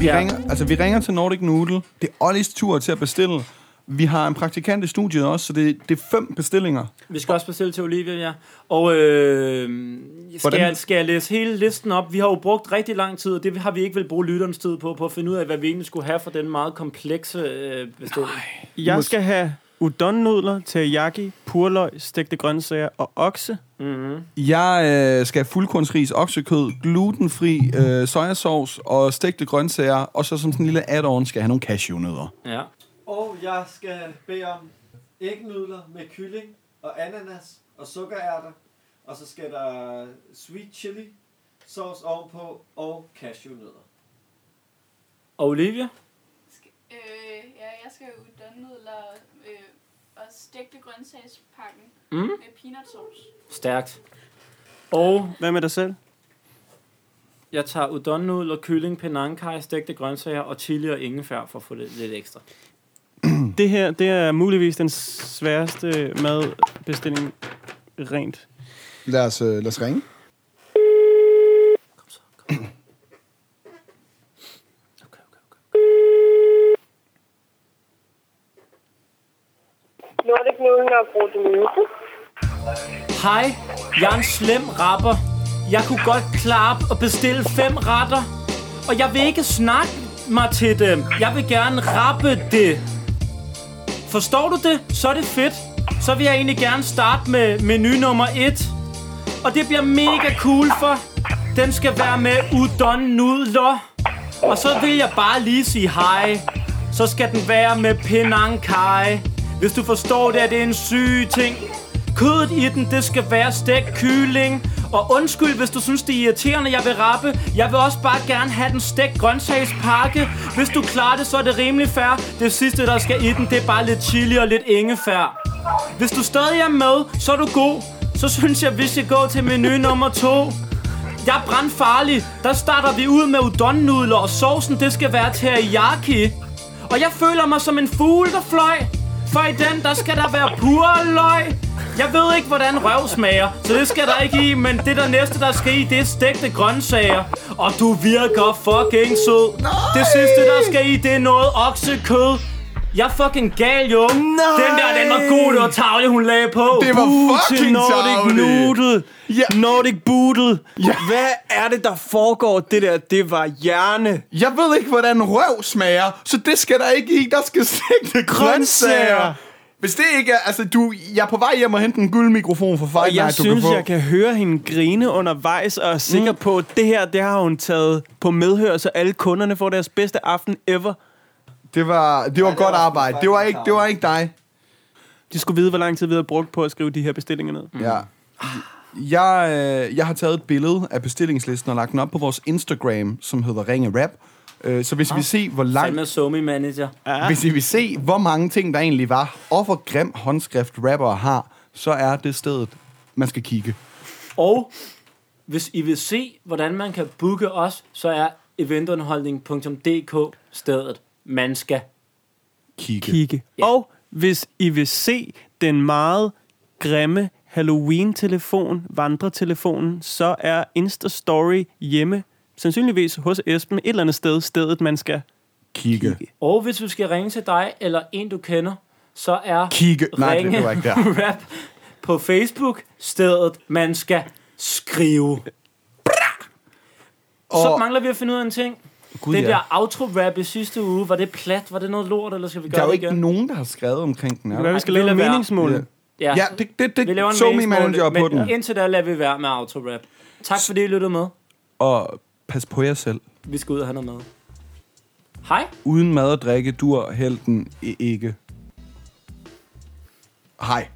G: Vi, ja. ringer, altså, vi ringer til Nordic Noodle. Det er Ollies tur til at bestille. Vi har en praktikant i studiet også, så det, det er fem bestillinger.
A: Vi skal også bestille til Olivia, ja. Og øh, skal,
G: Hvordan-
A: jeg, skal jeg læse hele listen op? Vi har jo brugt rigtig lang tid, og det har vi ikke vil bruge lytterens tid på, på at finde ud af, hvad vi egentlig skulle have for den meget komplekse øh, bestilling.
C: Jeg skal have udonnudler, teriyaki, purløg, stegte grøntsager og okse.
A: Mm-hmm.
G: Jeg øh, skal have fuldkornsris, oksekød, glutenfri øh, sojasauce og stegte grøntsager. Og så som sådan en lille add-on skal jeg have nogle cashewnødder.
A: Ja.
F: Og jeg skal bede om ægnudler med kylling og ananas og sukkerærter og så skal der sweet chili sauce ovenpå og cashewnødder.
A: Og Olivia?
J: Øh, ja, jeg skal jo uddanne nudler øh, og stegte grøntsagspakken
A: Mm.
J: med peanut sauce.
A: Stærkt. Og...
C: Hvad med dig selv?
L: Mm.
A: Jeg tager udonnudler, kylling, penangkaj, stegte grøntsager og chili og ingefær for at få lidt, lidt ekstra.
C: Det her, det er muligvis den sværeste madbestilling rent.
B: Lad os, øh, lad os ringe.
N: Nordic Nullen og Brode Møse.
A: Hej, jeg er en slem rapper. Jeg kunne godt klare op og bestille fem retter. Og jeg vil ikke snakke mig til dem. Jeg vil gerne rappe det. Forstår du det? Så er det fedt. Så vil jeg egentlig gerne starte med menu nummer et. Og det bliver mega cool for. Den skal være med udon nudler. Og så vil jeg bare lige sige hej. Så skal den være med Penang Kai. Hvis du forstår det, er det en syg ting. Kødet i den, det skal være stegt kylling. Og undskyld, hvis du synes, det er irriterende, jeg vil rappe. Jeg vil også bare gerne have den stegt grøntsagspakke. Hvis du klarer det, så er det rimelig fair. Det sidste, der skal i den, det er bare lidt chili og lidt ingefær. Hvis du stadig er med, så er du god. Så synes jeg, vi skal gå til menu nummer to. Jeg er brandfarlig. Der starter vi ud med udonnudler, og sovsen det skal være teriyaki. Og jeg føler mig som en fugl, der fløj. For i den, der skal der være purløg. Jeg ved ikke, hvordan røv smager, så det skal der ikke i, men det der næste, der skal i, det er stegte grøntsager. Og du virker fucking sød. Nej! Det sidste, der skal i, det er noget oksekød. Jeg er fucking gal, jo. Den der, den var god, det var tavlig, hun lagde på.
C: Det var
A: Buh til
C: fucking
A: Nordic
C: tarveligt.
A: Noodle.
C: Ja. Nordic Boodle. Ja. Hvad er det, der foregår? Det der, det var hjerne.
B: Jeg ved ikke, hvordan røv smager, så det skal der ikke i. Der skal stegte grøntsager. Hvis det ikke er... Altså, du, jeg er på vej hjem og hente en guld mikrofon for Fight
C: Og jeg
B: Night, du
C: synes,
B: kan få.
C: jeg kan høre hende grine undervejs og er sikker mm. på, at det her, det har hun taget på medhør, så alle kunderne får deres bedste aften ever.
B: Det var, det var ja, godt arbejde. Det var, ikke, det var ikke dig.
C: De skulle vide, hvor lang tid vi havde brugt på at skrive de her bestillinger ned.
B: Ja. Jeg, øh, jeg har taget et billede af bestillingslisten og lagt den op på vores Instagram, som hedder Ringe Rap. Øh, så hvis vi ser, hvor langt...
A: Fandme somi manager.
B: Hvis I vil se, hvor mange ting der egentlig var, og hvor grim håndskrift rapper har, så er det stedet, man skal kigge.
A: Og hvis I vil se, hvordan man kan booke os, så er eventunderholdning.dk stedet, man skal.
B: Kigge.
C: Kigge. Ja. Og hvis I vil se den meget grimme Halloween-telefon, vandretelefonen, så er Insta-story hjemme, sandsynligvis hos Esben, et eller andet sted, stedet man skal
B: kigge.
A: Og hvis du skal ringe til dig, eller en du kender, så er
B: Kigge. Nej, det
A: ringe
B: var ikke der.
A: rap på Facebook stedet, man skal skrive. Så
B: Og-
A: mangler vi at finde ud af en ting.
B: Gud,
A: det
B: ja.
A: der outro-rap i sidste uge, var det plat? Var det noget lort, eller skal vi
B: Der
A: gøre
B: er jo
A: det
B: ikke
A: igen?
B: igen. nogen, der har skrevet omkring den.
A: Det kan
B: er der?
A: være, vi skal lave en meningsmåling.
B: Ja, ja det, det, det,
A: vi laver en
B: so me
A: meningsmåling,
B: manager på
A: men
B: den.
A: Indtil da lader vi være med autorap. Tak fordi I lyttede med.
B: Og pas på jer selv.
A: Vi skal ud og have noget mad. Hej.
B: Uden mad og drikke, dur helten i- ikke. Hej.